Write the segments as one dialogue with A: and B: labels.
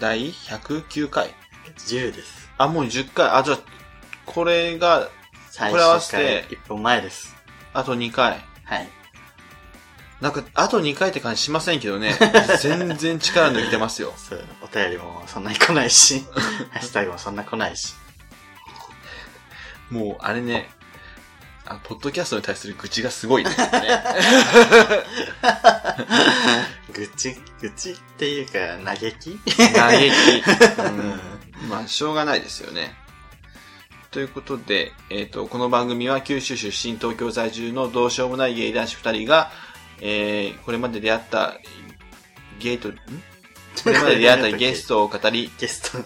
A: 第109回。
B: 10です。
A: あ、もう10回。あ、じゃあ、これが、
B: 最
A: これ合わ
B: 初
A: せ
B: 回
A: て
B: 一本前です。
A: あと2回。
B: はい。
A: なんか、あと2回って感じしませんけど ね。全然力抜いてますよ。
B: そう、お便りもそんなに来ない し、ハッシュタグもそんな来ないし。
A: もう、あれね、あポッドキャストに対する愚痴がすごいですね。
B: 愚痴、愚痴っていうか、嘆き
A: 嘆き。うん。まあ、しょうがないですよね。ということで、えっ、と、この番組は九州出身東京在住のどうしようもないゲイ男子二人が、えー、これまで出会ったゲイと、んこれまで出会ったゲス
B: ト。
A: トを語り、
B: ゲスト。
A: な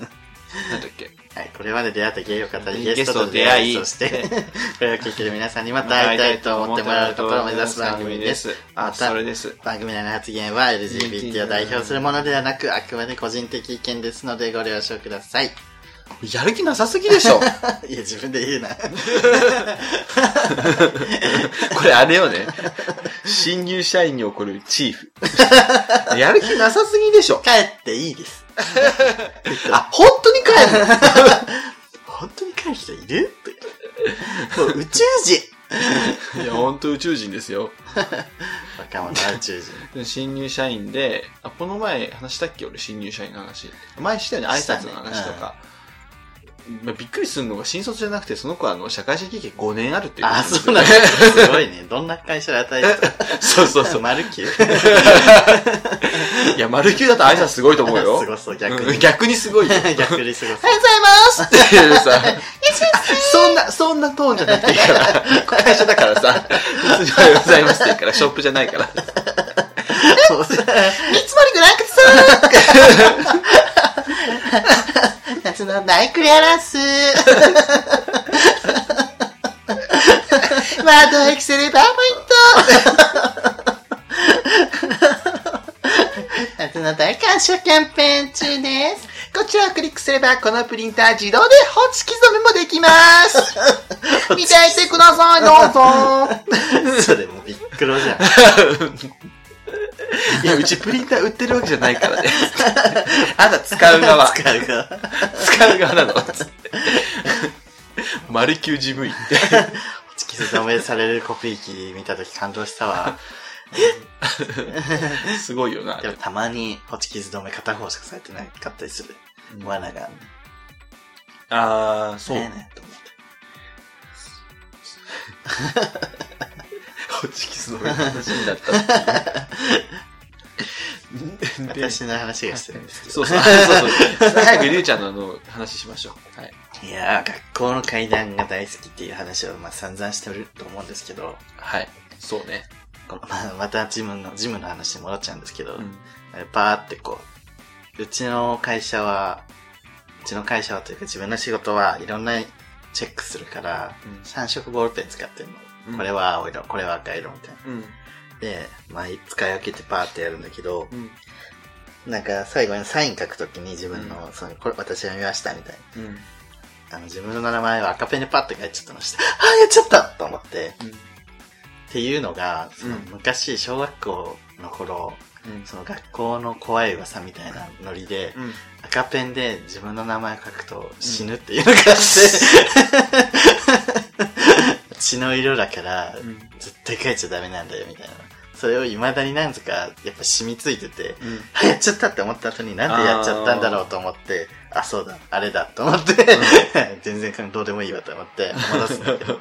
A: んだっけ、
B: はい、これまで出会ったゲイを語り、
A: ゲ
B: ゲ
A: ス
B: ス
A: ト
B: ト
A: と
B: と
A: 出
B: 出
A: 会
B: 会
A: い
B: い、そして、 これを聞いてる皆さんにまた会いたいと思ってもらうところを目指す番組です。。
A: あ、それです。
B: 番組内の発言は LGBT を代表するものではなく、あくまで個人的意見ですのでご了承ください。
A: やる気なさすぎでしょ
B: いや、自分で 言うな。
A: これあれよね。新入社員に怒るチー フ。やる気なさすぎでしょ
B: 帰っていいです。
A: あ、本当に帰るの
B: 本当に帰る人いるってもう宇宙人
A: いや、本当宇宙人ですよ。
B: 若者は宇宙人。
A: 新入社員で、あ、この前話したっけ俺、新入社員の話。前したよね、挨拶の話とか。まあびっくりするのが新卒じゃなくて、その子はあの、社会人経験5年あるっていうこと
B: あ、
A: ですよ
B: そうなんだ。すごいね。どんな会社で与えた
A: そうそうそ
B: そうう、。マルキュー。
A: いや、丸9だと 挨拶すごいと思うよ。
B: すごそう、逆
A: うん
B: に。
A: 逆にすごいよ。
B: 逆にすごそ
A: おはようございますっていうさ、 そんな、そんなトーンじゃなくていいから、会社だから さ、別におはようございますって言うから、ショップじゃないから。いつも
B: う。
A: りご覧ください
B: 夏のナイクレアランス。
A: ワードエクセルパワー
B: 夏の大感謝キャンペーン中です。
A: こちらをクリックすれば、このプリンター自動でホチキ染めもでき ます見ていてください、ど
B: それもうビックロじゃん。
A: うぞいや、うちプリンター売ってるわけじゃないからね。あなた使う側。
B: 使うが。
A: 使う側なのつって。マルキュー事務員って。
B: 突き止めされるコピー機見たとき感動したわ。
A: すごいよな。
B: でもたまに、ホチキス止め片方しかされてなかったりする。罠が。
A: ああ、そう。
B: ねえねえと思って。
A: ホチキスの話になったっていうで
B: 私の話がしてるんですけど。
A: そうそう、あそうそう。早くりゅうちゃんのあの、話しましょう。はい。
B: いやー、学校の階段が大好きっていう話を、まあ、散々してると思うんですけど、
A: はい。そうね。
B: このまあ、またジムの、ジムの話に戻っちゃうんですけど、
A: うん。
B: パーってこう、うちの会社は、うちの会社はというか自分の仕事はいろんなチェックするから、3色ボールペン使ってるの。
A: うん
B: これは青色、これは赤色みたいな。
A: うん。
B: で、まあ、使い分けてパーってやるんだけど、
A: うん。
B: なんか最後にサイン書くときに自分の、その、これ私が見ましたみたい
A: う
B: な。
A: ん。
B: あの、自分の名前を赤ペンでパッと書いちゃったのして、ああ、やっちゃったと思って。っていうのが、その
A: うん
B: 昔、小学校の頃、
A: うん。
B: その学校の怖い噂みたいなノリで、
A: うん。
B: 赤ペンで自分の名前書くと死ぬっていうのがあって、血の色だから、
A: うん。
B: 絶対書いちゃダメなんだよみたいな。それを未だになんとか、やっぱ染みついてて、
A: うん。
B: あ やっちゃったって思った後になんでやっちゃったんだろうと思って、あそうだ、あれだと思って、 全然どうでもいいわと思って、戻すんだけど、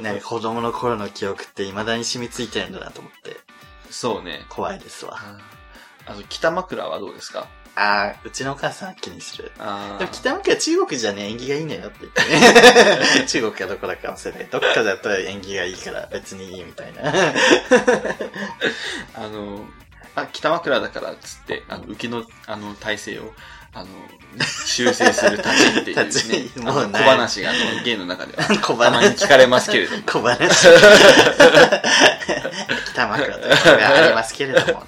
B: なんか子供の頃の記憶って未だに染みついてるんだなと思って、
A: そうね。
B: 怖いですわ。
A: あーあの、北枕はどうですか
B: あー、うちのお母さんは気にする。
A: あ
B: でも
A: ー
B: 北向きは中国じゃね、縁起がいいのよって言って ね。中国かどこだかもしれない。どっかだと縁起がいいから別にいいみた いな。
A: あの、あ、北枕だからっつって、あの、受けの、あの、体勢を、あの、 修正する立ちっていう
B: 立
A: ね
B: ち、
A: あ
B: も
A: の
B: う
A: 小
B: ない
A: 話が、あの、芸の中では、
B: 小
A: たまに
B: 話。
A: 聞かれますけれども。
B: 小話。北枕というのがありますけれど も。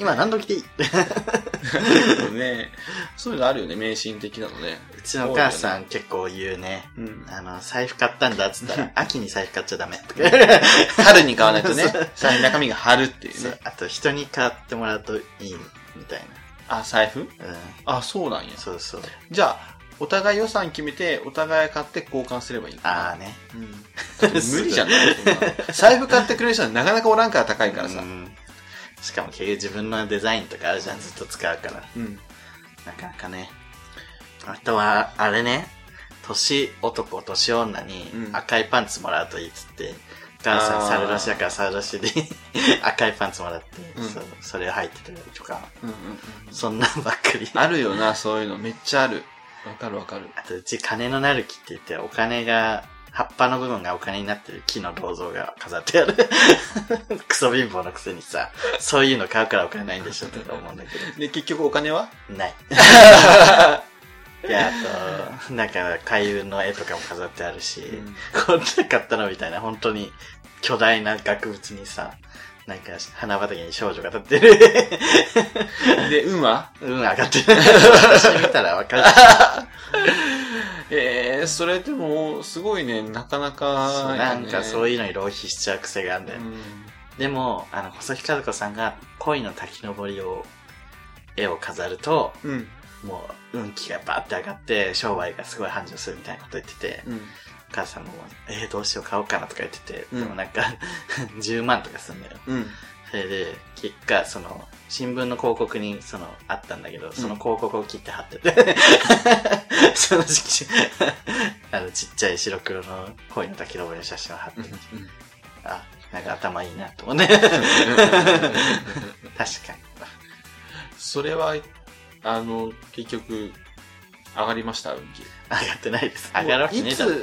B: 今何時でいい
A: ね、そういうのあるよね、迷信的なのね。
B: うちのお母さん結構言うね。
A: うん、
B: あの、財布買ったんだっつっ たら、秋に財布買っちゃダメ。
A: 春に買 わないとね、さらに中身が春っていう
B: そ
A: ね
B: う。あと人に買ってもらうといいみたいな。
A: あ、財布
B: う
A: あ、そうなんや
B: ん。。そうそう。
A: じゃあ、お互い予算決めて、お互い買って交換すればいいのかな
B: ああね。
A: うん、だって無理じゃないそんなの財布買ってくれる人はなかなかおらんから高いからさ
B: う。んしかも結局自分のデザインとかあるじゃん、ずっと使うから。
A: うん。
B: なかなかね。あとは、あれね、年男、年女に
A: うん
B: 赤いパンツもらうといいっつって、お母さ
A: あー
B: ん猿らしだから猿らしで 赤いパンツもらって、
A: うん
B: そうそれを履いてたりとか、
A: うんうんうん、
B: そんなんばっかり。
A: あるよな、そういうの。めっちゃある。わかるわかる。
B: あと、うち金のなる木って言って、お金が、葉っぱの部分がお金になってる木の銅像が飾ってある。クソ貧乏のくせにさ、そういうの買うからお金ないんでしょとか思うんだけ
A: で、結局お金は
B: ど。 ない。いや、あと、なんか、海運の絵とかも飾ってあるし、
A: うん
B: こんな買ったのみたいな、本当に巨大な額縁にさ、なんか花畑に少女が立ってる。
A: で、運は
B: うん、上がってる。私見たらわかる。
A: えー、それでも、すごいね、なかなか、
B: なんかそう
A: い
B: いうのに浪費しちゃう癖があるんだよね。でも、あの、細木和子さんが恋の滝登りを、絵を飾ると、
A: うん。うん。
B: もう運気がバーって上がって、商売がすごい繁盛するみたいなこと言ってて、
A: うん。
B: お母さんも、えー、どうしよう買おうかなとか言ってて、
A: うん
B: でもなんか、10万とかすんだよ。
A: うん。
B: それで、結果、その、新聞の広告に、その、あったんだけど、その広告を切って貼ってて、 その時期、 あの、ちっちゃい白黒の恋の滝登りの写真を貼って、あ、なんか頭いいなと 思うね。確かに。
A: それは、あの、結局、上がりました、運気。
B: 上がってないです。上がるわけねえだろ。
A: い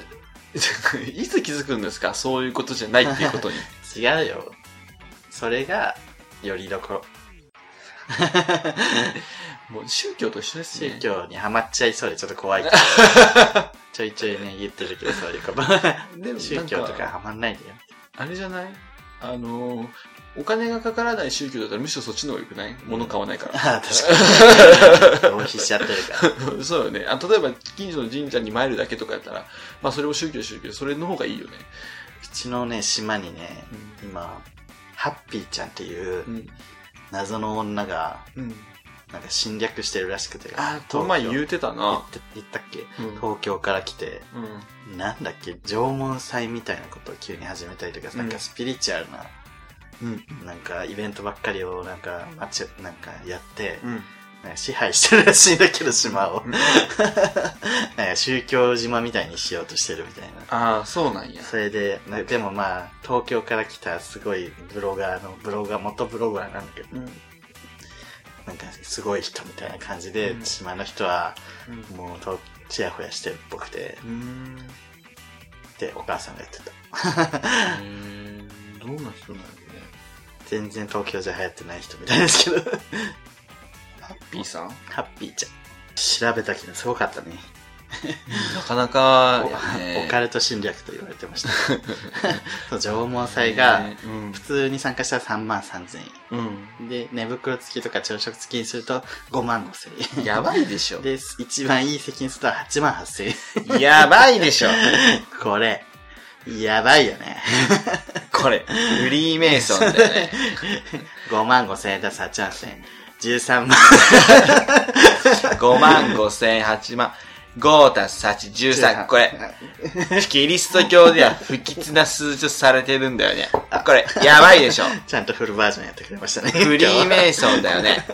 A: つ、 いつ気づくんですかそういうことじゃないっていう ことに。
B: 違うよ。それが、よりどころ。
A: もう宗教と一緒ですね。
B: 宗教にはまっちゃいそうでちょっと怖い けど。ちょいちょいね、言ってるけど、そういうこと。
A: でも
B: 宗教とかはまんないでよ。
A: あれじゃないあのー、お金がかからない宗教だったらむしろそっちの方が良くない物買わない から。
B: ああ、確かに。浪費しちゃってるから。
A: そうよねあ。例えば近所の神社に参るだけとかやったら、まあそれも宗教宗教、それの方がいいよね。
B: うちのね、島にね、今、ハッピーちゃんっていう
A: うん。
B: 謎の女が、
A: うん。
B: なんか侵略してるらしくて。
A: あー、この前言
B: う
A: うてた
B: 言っ
A: な。
B: て言ったっけ
A: うん。
B: 東京から来て、
A: うん
B: なんだっけ、縄文祭みたいなことを急に始めたりとか、
A: うん
B: なんかスピリチュアルな、
A: うん。
B: なんかイベントばっかりをなんか、まち、なんかやって、
A: うん。
B: なんか支配してるらしいんだけど、島を
A: う。ん
B: なんか宗教島みたいにしようとしてるみたいな。
A: ああ、そうなんや。
B: それで、なでもまあ、東京から来たすごいブロガーの、ブロガー、元ブロガーなんだけど、
A: うん。
B: なんかすごい人みたいな感じで、
A: うん
B: 島の人は
A: うん
B: もうと、ちやほやしてるっぽくて、
A: うーん。
B: で、お母さんが言ってた。
A: へーどんな人なんだろうね。
B: 全然東京じゃ流行ってない人みたいですけど。
A: ハッピーさん
B: ハッピーちゃん。調べたけどすごかったね。
A: なかなか、
B: おオカ
A: れ
B: ルト侵略と言われてま した。そう縄文祭が、、
A: うん
B: 普。通に参加したら3万3000
A: うん。
B: 円。で、寝袋付きとか朝食付きにすると5万5000円。
A: やばいでしょ。
B: で、一番いい席にすると8万8000円。
A: やばいでしょ。
B: これ、やばいよね。
A: これ、フリーメイソンだよね。
B: 5万5000円だと8万8000円。13万。
A: 5万5千8万。5たす8、13。これ、キリスト教では不吉な数字とされてるんだよね。これ、やばい でしょ。
B: ちゃんとフルバージョンやってくれましたね。
A: フリーメイソンだよね。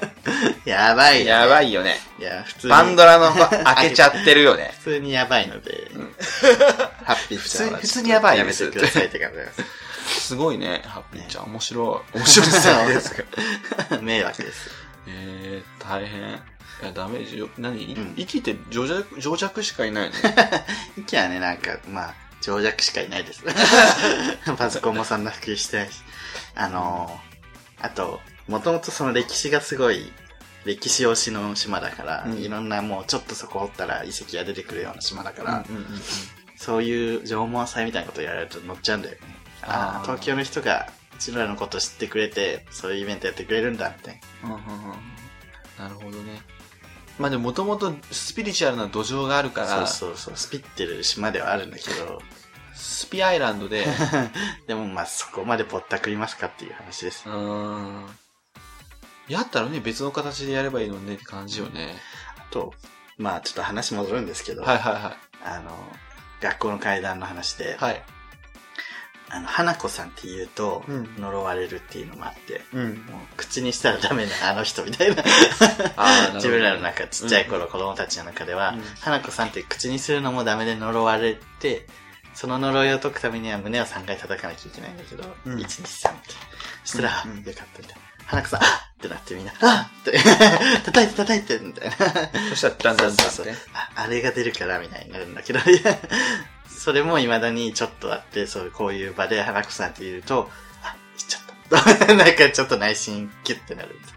B: やばいよ。
A: やばいよね。
B: いや、普通に。
A: パンドラの箱開けちゃってるよね。
B: 普通にやばいので、ハッピー普
A: 普通に普通にやばい
B: や
A: で
B: め
A: す
B: てくださいって感じです
A: ごいね、ハッピーちゃん。面白い。面白いですよね。
B: す。迷惑です。
A: えー、大変。いや、ダメージよ。何、
B: ん
A: 生きて情弱、情弱しかいないの
B: イキはね、なんか、まあ、情弱しかいな いです。パソコンもそんな普及してないし。あのー、あと、もともとその歴史がすごい、歴史推しの島だから、
A: うん
B: いろんなもうちょっとそこ掘ったら遺跡が出てくるような島だから、
A: うんうんうん
B: そういう縄文祭みたいなことやられると乗っちゃうんだよね。あ
A: あー
B: あ、東京の人がうちらのこと知ってくれて、そういうイベントやってくれるんだ、みたいな。
A: うんうんうんなるほどね。まあでももともとスピリチュアルな土壌があるから、
B: そうそうそう、スピってる島ではあるんだけ ど、
A: スピアイランドで、
B: でもまあそこまでぼったくりますかっていう話です。
A: うーん。やったらね、別の形でやればいいのねって感じよね。
B: あと、まあちょっと話戻るんですけど、
A: はいはいは
B: あの、学校の階段の話で、
A: い。はい。
B: あの、花子さんって言うと、
A: うん
B: 呪われるっていうのもあって、
A: うん。
B: もう口にしたらダメなあの人みたいな。
A: あー
B: 自分らの中、ちっちゃい頃、子供たちの中では、
A: うん
B: 花子さんって口にするのもダメで呪われて、その呪いを解くためには胸を3回叩かなきゃいけないんだけど、
A: うん
B: 1、2、3って。そしたら、
A: うんうん
B: よかったみたいな。花子さん、あっってなってみんな、あっって叩いて 叩いてみたいな。
A: そしたらだんだんだん
B: そう
A: だん
B: そう
A: ね。
B: ああれが出るからみたいになるんだけど、 いやそれも未だにちょっとあって、そう、こういう場で花子さんって言うと、あ、言っちゃった。 なんかちょっと内心キュッてなるんです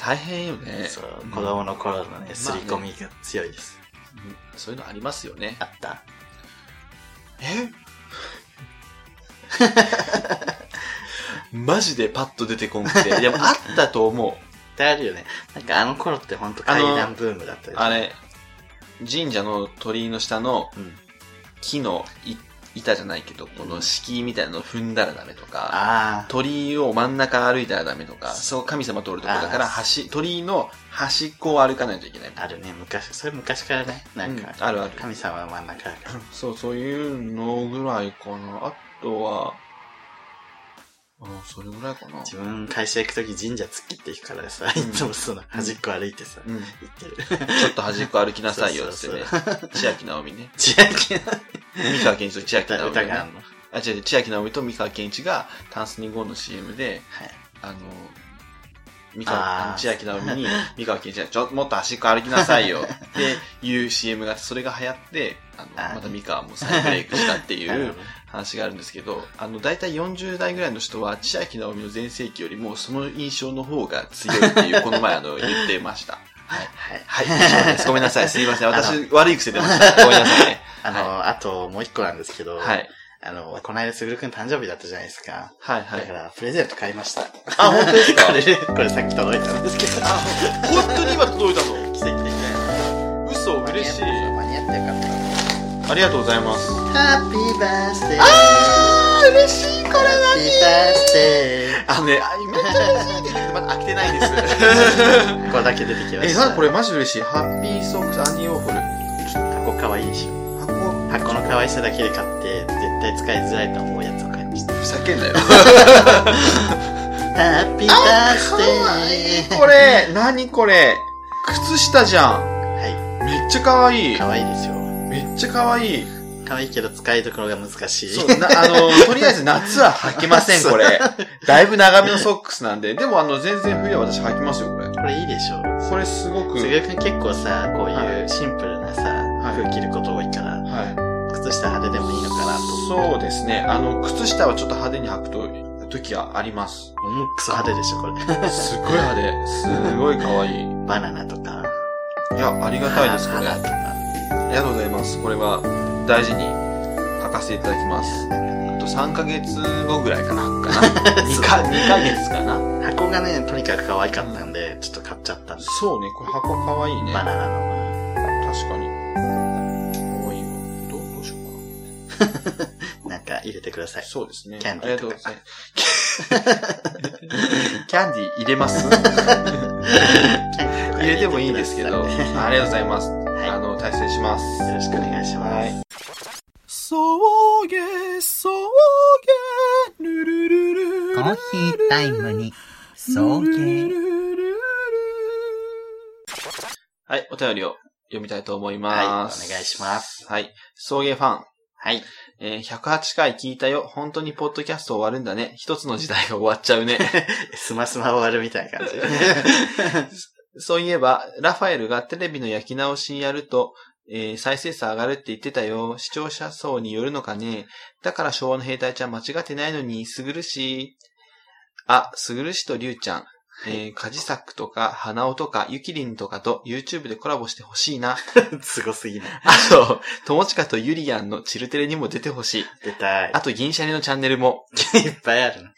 A: 大変よね。
B: そう
A: うん
B: 子供の頃のね、
A: ね
B: 刷り込みが強いです。
A: うんそういうのありますよね。
B: あった
A: えマジでパッと出てこんくて。でもあったと思う。
B: ってあるよね。なんかあの頃ってほんと階段ブームだったよね
A: あれ、神社の鳥居の下の
B: うん。
A: 木のい板じゃないけど、この敷居みたいなのを踏んだらダメとか、
B: ああ。
A: 鳥居を真ん中歩いたらダメとか、そう神様通るとこだから
B: あー
A: 端、鳥居の端っこを歩かないといけない。
B: あるね、昔、それ昔からね、なんか、
A: うんあるある
B: 神様は真ん中だから。
A: そう、そういうのぐらいかな。あとは、うん、それぐらいかな。
B: 自分会社行くとき神社突っ切っていくからさ、
A: うん
B: いつもその端っこ歩いてさ、
A: うん、ち
B: 行ってる。
A: ょっと端っこ歩きなさいよってね
B: そ。
A: 千秋直美ね。
B: 千秋の
A: 三河健一と千秋
B: 歌
A: 直美、
B: 歌があ
A: ね。
B: んの。
A: あ、違う違う、千秋直美と三河健一が、タンスニゴーの CM で、
B: はい。
A: あの、三河、
B: あー
A: 千秋直美に、三河健一が、ち ょ、もっと端っこ歩きなさいよっていう CM があって、それが流行って、あの、
B: あー
A: また三河も再ブレイクしたってい
B: なる
A: う
B: ほどね
A: 話があるんですけど、あの、大体40代ぐらいの人は、千秋直美の全盛期よりも、その印象の方が強いって いう、この前、あの、言ってました。はい。
B: は
A: は
B: い。
A: い、以上です。ごめんなさい。すいません。
B: あの
A: 私、悪い癖出ました。ごめんなさ いね。
B: あの、あともう一個なんですけど、
A: はい。
B: あの、この間すぐるくん誕生日だったじゃないですか。
A: はい、は
B: だか
A: い。
B: ら、プレゼント買いました。こ
A: あ、本当ですか
B: れ、 これさっき届いたんですけど、
A: 本当に今届いたぞ。
B: 奇跡的な。
A: 嘘、嬉しい。
B: 間に合ってよかった。
A: ありがとうございます。
B: ハッピーバースデーあー嬉しいこれ何ハッピーバースデ
A: あのね、あめっちゃ嬉しいって言ってまだ開けてないです。
B: ーこれだけ出てき ま
A: え、
B: した。
A: なんかこれマジ嬉しい。ハッピーソングスアニーオーホル。
B: 箱可愛いでしょ。
A: 箱、
B: 箱の可愛さだけで買って、絶対使いづらいと思うやつを買いました。
A: ふざけん なよ。
B: ハッピーバースデー
A: これ、何これ。靴下じゃん。
B: は
A: めっちゃ可愛
B: い、
A: い。
B: 可愛いですよ。
A: めっちゃ可愛い。
B: 可愛いけど使いどころが難しい。
A: そう、な、あ の、とりあえず夏は履けません、これ。だいぶ長めのソックスなんで。でもあの、全然冬は私履きますよ、これ。
B: これいいでしょ
A: これすごく。
B: すぐくん結構さ、こう
A: は
B: いうシンプルなさ、
A: い
B: 服着ること多いから、
A: はい。
B: 靴下派手でもいいのかなと。
A: そうですね。あの、靴下はちょっと派手に履くと、時はあります。
B: もうクソ派手でしょ、これ。
A: すごい 派手。すごい可愛い。い
B: バナナとか。
A: や、ありがたいです、こ れ。あ
B: 花とか。
A: りがとうございます。これは大事に書かせていただきます。あと3ヶ月後ぐらいかな。 かな 2, か2ヶ月かな。
B: 箱がね、とにかく可愛かったんで、ちょっと買っちゃったんです。
A: そうね、これ箱可愛いね。
B: バナナの。
A: 確かに。可愛いわ。どうどうしようか
B: なんか入れてくださ
A: な。
B: い。
A: そうです ね。
B: キャンデ
A: ありが
B: ィー
A: とう
B: とか
A: ござい ます。キャンディー入れます 入れてもいいんですけど。
B: は
A: ありがとうございます。
B: い。
A: あ
B: よ
A: の、対戦します。
B: ろしくお願いします。
A: はいそうげそうげルルルル
C: コーヒータイムに、送迎。
A: はい、お便りを読みたいと思い
B: はい。お
A: ます。
B: 願いします。
A: す。はい、送迎ファン。
B: はい。
A: えー、108回聞いたよ。本当にポッドキャスト終わるんだね。一つの時代が終わっちゃうね。
B: スマスマ終わるみたいな感じ。
A: そういえば、ラファエルがテレビの焼き直しやると、えー再生数上がるって言ってたよ。視聴者層によるのかね。だから昭和の兵隊ちゃん間違ってないのに、すぐるし、あ、すぐるしとりゅうちゃん、えー、カジサックとか、花尾とか、ゆきりんとかと YouTube でコラボしてほしいな。
B: すごすぎない。
A: あと、友近とゆりやんのチルテレにも出てほしい。
B: 出たい
A: あ。と、銀シャリのチャンネルも。
B: いっぱいあるの。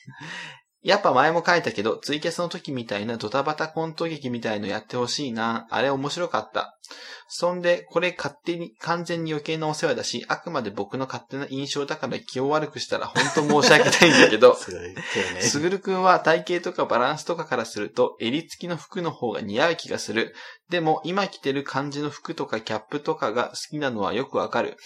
A: やっぱ前も書いたけど、ツイキャスの時みたいなドタバタコント劇みたいのやってほしいな。あれ面白かった。そんで、これ勝手に、完全に余計なお世話だし、あくまで僕の勝手な印象だから気を悪くしたら本当申し訳ないんだけど、
B: すごい、丁
A: す
B: 寧。
A: ぐるくんは体型とかバランスとかからすると、襟付きの服の方が似合う気がする。でも、今着てる感じの服とかキャップとかが好きなのはよくわかる。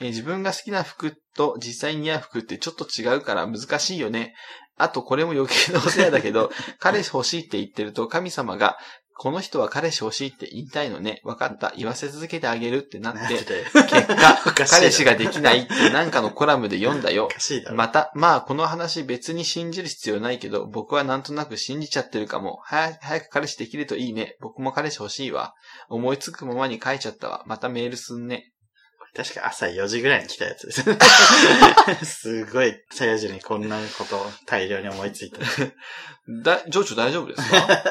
A: えー自分が好きな服と実際に似合う服ってちょっと違うから難しいよね。あと、これも余計なお世話だけ ど、彼氏欲しいって言ってると神様が、この人は彼氏欲しいって言いたいのね。わかった。言わせ続けてあげるってな
B: な
A: っ
B: ん
A: て
B: で、だよ。
A: 結果、
B: おかしいだろ
A: 彼氏ができないってなんかのコラムで読んだよ
B: お。かしいだろ。
A: また、まあこの話別に信じる必要ないけど、僕はなんとなく信じちゃってるかも。はや、早く彼氏できるといいね。僕も彼氏欲しいわ。思いつくままに書いちゃったわ。またメールすんね。
B: 確か朝4時ぐらいに来たやつです。 すごい、朝4時にこんなことを大量に思いついた。
A: だ、情緒大丈夫です か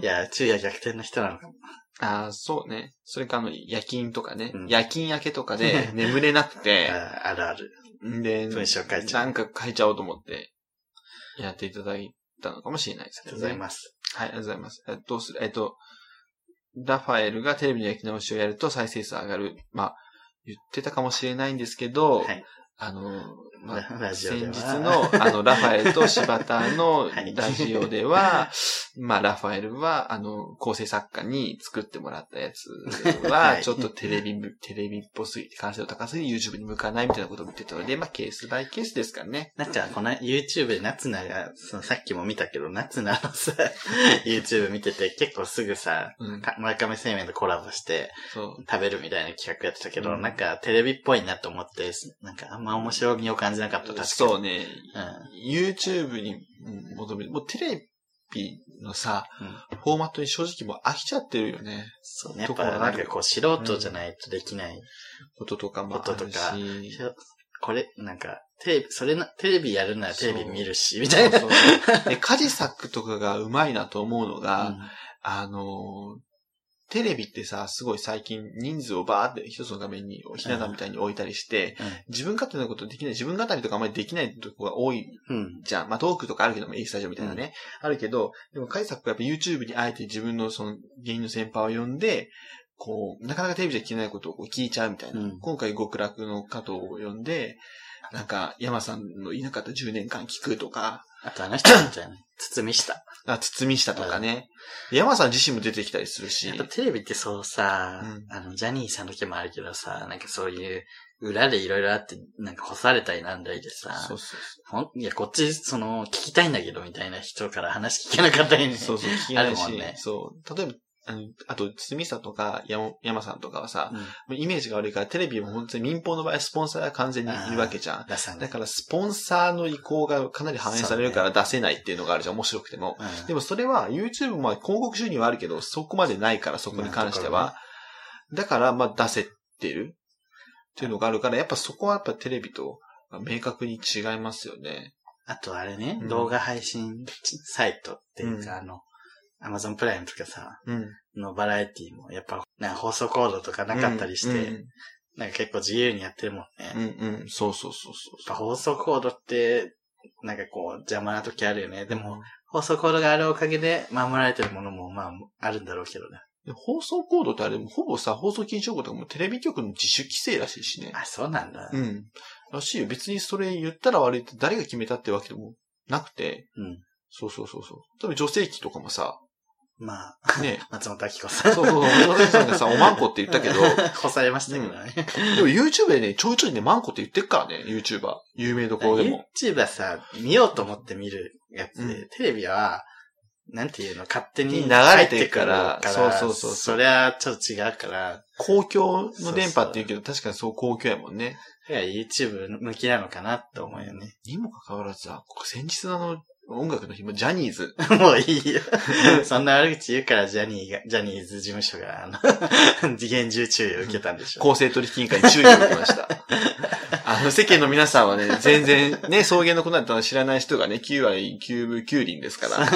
B: いや、昼夜逆転の人なのかも。
A: ああ、そうね。それかあの、夜勤とかね。
B: うん
A: 夜勤明けとか で眠れなく
B: あ
A: て、
B: ーあるある。
A: んで、
B: 文章書いちゃう
A: なんか書いちゃおうと思って、やっていただいたのかもしれないです
B: あり
A: けど
B: がと
A: ね。
B: うございます。
A: はい、ありがとうございます。えどうするえっと、ラファエルがテレビの焼き直しをやると再生数上がる。まあ、言ってたかもしれないんですけど、
B: はい。
A: あの、まあ、
B: ララジオ
A: 先
B: で
A: 日
B: は。
A: の、あの、ラファエルと柴田の
B: はい
A: ラジオでは、まあ、ラファエルは、あの、構成作家に作ってもらったやつ
B: は
A: は、
B: い
A: ちょっとテレビ、テレビっぽすぎて、完成度高すぎて YouTube に向かないみたいなことを言ってたので、まあ、ケースバイケースですかね。
B: なんか、この YouTube で夏菜が、そのさっきも見たけど、夏菜 のさ、YouTube 見てて結構すぐさ、
A: うん。
B: か村上製麺とコラボして
A: そう。
B: 食べるみたいな企画やってたけど、
A: うん
B: なんかテレビっぽいなと思って、なんかあんま面白みを感じなかった、確かに。
A: そうね。
B: う
A: YouTube にうん求める。もうテレビのさ、フォーマットに正直もう飽きちゃってるよね。
B: そうね。や
A: と
B: っ
A: ころが
B: ぱ
A: あ
B: な
A: る
B: んかこう素人じゃないとできない。
A: こととかもあ
B: こと
A: る
B: とか
A: し。
B: これ、なんか、テレビ、それな、テレビやるならテレビ見るし、みた
A: そ
B: いうな。
A: そうそうで、家事作とかがうまいなと思うのが、あのー、テレビってさ、すごい最近人数をバーって一つの画面に、ひな壇みたいに置いたりして、
B: うん
A: 自分勝手なことできない、自分語りとかあんまりできないとこが多い
B: うん。
A: じゃん。まあ、トークとかあるけども、A スタジオみたいなね。あるけど、でも、カイサックはやっぱ YouTube にあえて自分のその芸人の先輩を呼んで、こう、なかなかテレビじゃ聞けないことをこう聞いちゃうみたいな。
B: うん
A: 今回極楽の加藤を呼んで、なんか、山さんのいなかった10年間聞くとか、
B: あとあの人な んじゃない包みした。
A: あ、包みしたとかね。で山さん自身も出てきたりするし
B: やっ。ぱテレビってそうさ、
A: うん
B: あの、ジャニーさんの時もあるけどさ、なんかそういう、裏でいろいろあって、なんか干されたりなんだりでさ、
A: そうそう
B: ほんいや、こっち、その、聞きたいんだけど、みたいな人から話聞けなかったりね。
A: そう。そうそう、聞け
B: あ
A: な
B: る
A: い
B: も
A: し、
B: んね
A: そう。例えば、あの、あと、堤下とか、山山さんとかはさ、
B: うん。
A: もうイメージが悪いから、テレビも本当に民放の場合、スポンサーが完全にいるわけじゃん。
B: 出さな
A: だ
B: い。
A: から、スポンサーの意向がかなり反映されるから出せないっていうのがあるじゃん、面白くても。
B: うん
A: でもそれは YouTube も広告収入はあるけど、そこまでないから、そこに関しては。だから、まあ出せてるっていうのがあるから、やっぱそこはやっぱテレビと明確に違いますよね。
B: あとあれね、
A: うん
B: 動画配信サイトっていうか、あの、Amazon プライムとかさ、
A: うん。
B: のバラエティも、やっぱ、なんか放送コードとかなかったりして、なんか結構自由にやってるもんね。
A: うん、
B: やっ
A: うん、うんそうそうそうそ
B: ぱ
A: う。
B: 放送コードって、なんかこう、邪魔な時あるよね。でも、
A: うん、
B: 放送コードがあるおかげで守られてるものも、まあ、あるんだろうけどね。
A: で放送コードってあれ、ほぼさ、放送禁止用語とかもテレビ局の自主規制らしいしね。
B: あ、そうなんだ。
A: うん。らしいよ。別にそれ言ったら悪いって誰が決めたってわけでもなくて。
B: うん
A: そうそうそうそう。多分女性器とかもさ、
B: まあ、。
A: ね
B: 松本明子さ
A: そ
B: ん。
A: うそうそう。女性さんがさ、おまんこって言 ったけど、で
B: 干されましたけどね。
A: も YouTube でね、ちょいちょいね、まんこって言ってっからね、YouTuber。有名どころでも。
B: YouTube はさ、見ようと思って見るやつで、
A: う
B: テレビは、なんていうの、勝手に
A: 流れてるから
B: 入ってくる
A: そうそうそうそう
B: そりゃ、ちょっと違うから、
A: 公共の電波って言うけど、確かにそう公共やもんね。
B: いや YouTube 向きなのかなと思うよ ね。
A: にもかかわらずさ、ここ先日のあの、音楽の日もジャニーズ。
B: もういいよ。そんな悪口言うから、ジャニーが、ジャニーズ事務所が、あの、 厳重注意を受けたんでしょ。
A: 公正取引委員会に注意を受けま した。あの、世間の皆さんはね、全然、ね、草原のことなんて知らない人がね、9割9分9厘です から、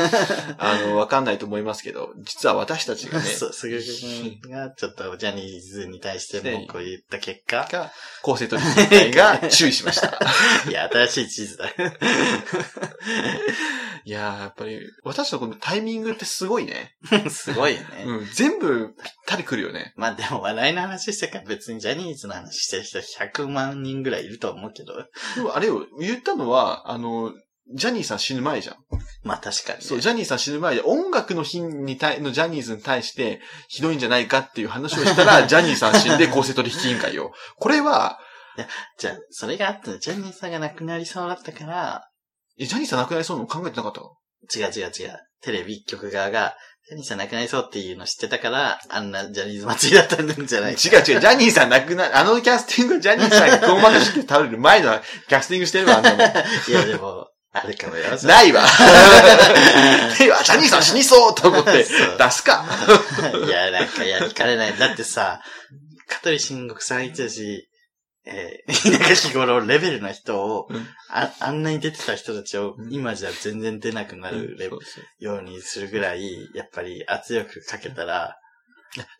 A: あの、わかんないと思いますけど、実は私たちがね、
B: そう、すぐくんが、ちょっとジャニーズに対して文句を言った結 果、
A: が、公正取引委 員会が注意しました。
B: いや、新しい地図だ。
A: いやー、やっぱり、私のこのタイミングってすごいね。
B: すごいよね。
A: うん、全部ぴったりくるよね。
B: まあでも笑いの話してから別にジャニーズの話してる人100万人ぐらいいると思うけど。
A: でもあれよ、言ったのは、あの、ジャニーさん死ぬ前じゃん。
B: まあ確かにね、
A: そう、ジャニーさん死ぬ前で音楽の日に対、のジャニーズに対してひどいんじゃないかっていう話をした ら、ジャニーさん死んで公正取引委員会を。これは、
B: じゃあ、それがあったのジャニーさんが亡くなりそうだったから、
A: えジャニーさん亡くなりそうなの考えてなかったの
B: 違う違う違う。テレビ局側が、ジャニーさん亡くなりそうっていうの知ってたから、あんなジャニーズ祭りだったんじゃない
A: 違う違う、ジャニーさん亡くな、あのキャスティング、ジャニーさんがくまくして倒れる前のキャスティングしてるわ、あんなの。
B: いやでも、あるかも よ。それ
A: ないわ。ないわ、ジャニーさん死にそうと思って、
B: そう
A: 出すか。
B: いや、なんかやりかねない。だってさ、香取慎吾さん言ってたし、えー、稲垣吾郎レベルの人を
A: うん、
B: あ、あんなに出てた人たちを
A: う、ん
B: 今じゃ全然出なくなるレベルようにするぐらい、やっぱり圧力かけたら、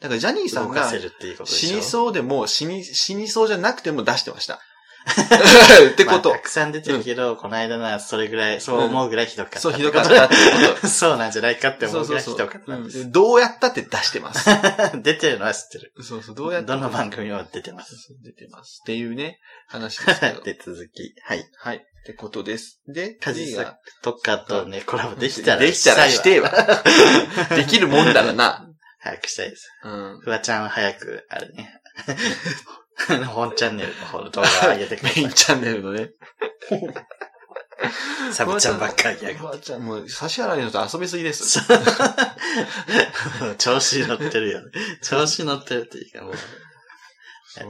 A: だからジャニーさん
B: 動か
A: が
B: せるっていうことでしょ。
A: 死に
B: う
A: そうでも、死に、死にそうじゃなくても出してま した。ってこ
B: まあ、
A: と
B: た。くさん出てるけど、この間ならそれぐらい、そう思うぐらいひどかった、
A: そう、ひどかったっていうこと。
B: そうなんじゃないかって
A: そ
B: 思
A: う
B: うぐ
A: そう
B: らいひ
A: そ
B: どかった
A: うん
B: です。
A: ん。どうやったって出してます。
B: 出てるのは知ってる。
A: そうそう、どうやって。
B: どの番組も出てます。。
A: 出てます。っていうね、話ですけど
B: で、続き。はい。
A: はい。ってことです。で、
B: カジ
A: 次
B: サ
A: が
B: とかとね、コラボできたら。
A: できたらし
B: い
A: て
B: わ
A: えわ。 できるもんだらな。
B: 早くしたいです。
A: うん。
B: フワちゃんは早く、あれね。 あの本チャンネルの方の動画上げてくだ
A: メインチャンネルの ね。
B: さい。サブちゃんばっかり上げ
A: おばあちゃん、もう、指原のと遊びすぎです。
B: て。調子乗ってるよね。調子乗ってるっていうか、もう。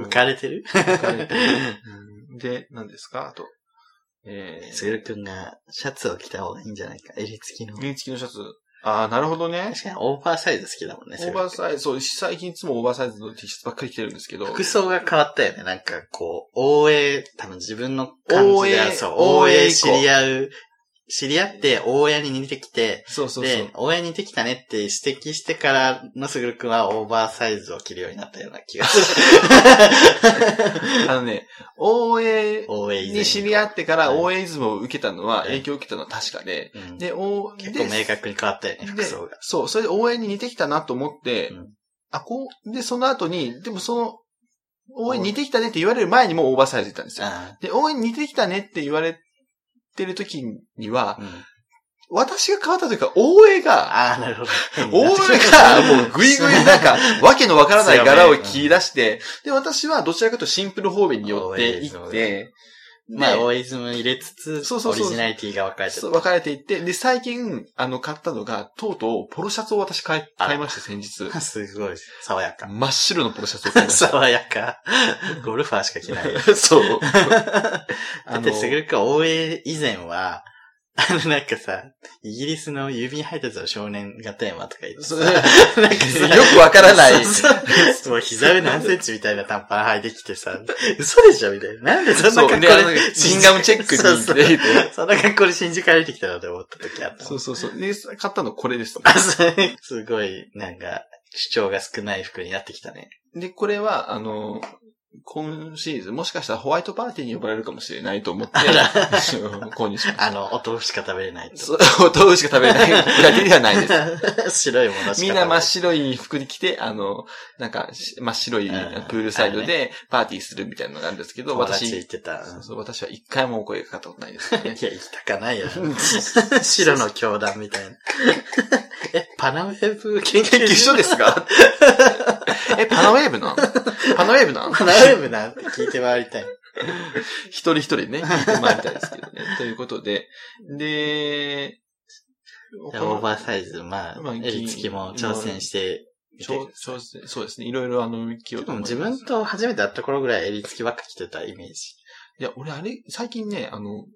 B: 浮かれてる
A: うんで、何ですかあと。えー、
B: すぐるくんがシャツを着た方がいいんじゃないか。襟付きの。
A: 原付きのシャツ。ああ、なるほどね。
B: 確かにオーバーサイズ好きだもんね。
A: オーバーサイズ、そう、最近いつもオーバーサイズの T シャツばっかり着てるんですけど。
B: 服装が変わったよね。なんかこう、OA、多分自分の感じで、
A: OA
B: そう、
A: OA
B: OA 知り合う、知り合って、OA に似てきて、
A: そうそうそう
B: で、。OA に似てきたねって指摘してからのすぐるくんはオーバーサイズを着るようになったような気がす
A: あのね、OA
B: る。OA 以前
A: に知り合ってから
B: はい
A: OA イズムを受けたのは、
B: はい
A: 影響を受けたのは確かで、
B: うん
A: で、O、
B: 結構
A: で
B: 明確に変わったよね、服
A: で
B: 装が。
A: そう、それで応援に似てきたなと思って、
B: うん
A: あ、こう、で、その後に、でもその、応援似てきたねって言われる前にもうオーバーサイズいったんですよ。
B: あ
A: で、応援似てきたねって言われてる時には
B: あ、、うん
A: 私が変わったというか、応援が、
B: ああ、な るほど。
A: 応援が、もうぐいぐいなんか、わけのわからない柄を切り出 して、で、私はどちらかというとシンプル方面によってい
B: 応
A: っ
B: 援
A: て、
B: まあ、
A: で
B: OA イズム入れつつ、
A: そうそうそう
B: オリジナリティが分かれて
A: そう
B: る。
A: 分かれていって、で、最近、あの、買ったのが、とうとう、ポロシャツを私買い、買いました、先 日。
B: すごい、爽やか。
A: 真っ白のポロシャツを買いました。
B: 爽やか。ゴルファーしか着ないよ。
A: そう。
B: だって、すぐるくん、OA 以前は、あの、なんかさ、イギリスの郵便配達の少年がテーマとか言ってさ、
A: そう
B: なんかさ、
A: よくわからない
B: そう そうもう膝上何センチみたいな短パン履いてきてさ、嘘でしょみたいな。なんでそんな
A: そう
B: 格好
A: ね、あの、
B: で、
A: チンガムチェックに
B: そうそう
A: 入れて。
B: そんな格好で新宿歩いてきたなって思った時あったもん。
A: そうそうそう。で、買ったのこれです。
B: あそうすごい、なんか、主張が少ない服になってきたね。
A: で、これは、あの、今シーズン、もしかしたらホワイトパーティーに呼ばれるかもしれないと 思って、購入しま
B: あの、お豆腐しか食べれないと。
A: した。そう、豆腐しか食べれ ないだけではないです。
B: 白いものしか食
A: み
B: べれ
A: ん
B: ない
A: な真っ白い服に着て、あの、なんか、し真っ白い
B: うん
A: プールサイドでパーティーするみたいなのがあるんですけど、
B: 友達言っ
A: 私、
B: てた。
A: そうそう私は一回もお声がかかったことないです
B: い
A: ね
B: や、。行きたかないよ。
A: うん
B: 白の教団みたいな。 え、パナウェブ研究
A: 一緒ですかえ、パナウェーブなんパナウェーブなん
B: パナウェブなんて聞いて回り たい。
A: 一人一人ね、聞いてまいりたいですけ どね。ということで、で、
B: じゃあオーバーサイズ、ま
A: ま
B: あ、
A: あ
B: 襟付きも挑戦してみて
A: 挑挑戦そうですね。いろいろあの、着よう
B: で
A: と
B: も
A: 思います
B: 自分と初めて会った頃ぐらい襟付きばっか着てたイメージ。
A: いや、俺あれ、最近ね、あの、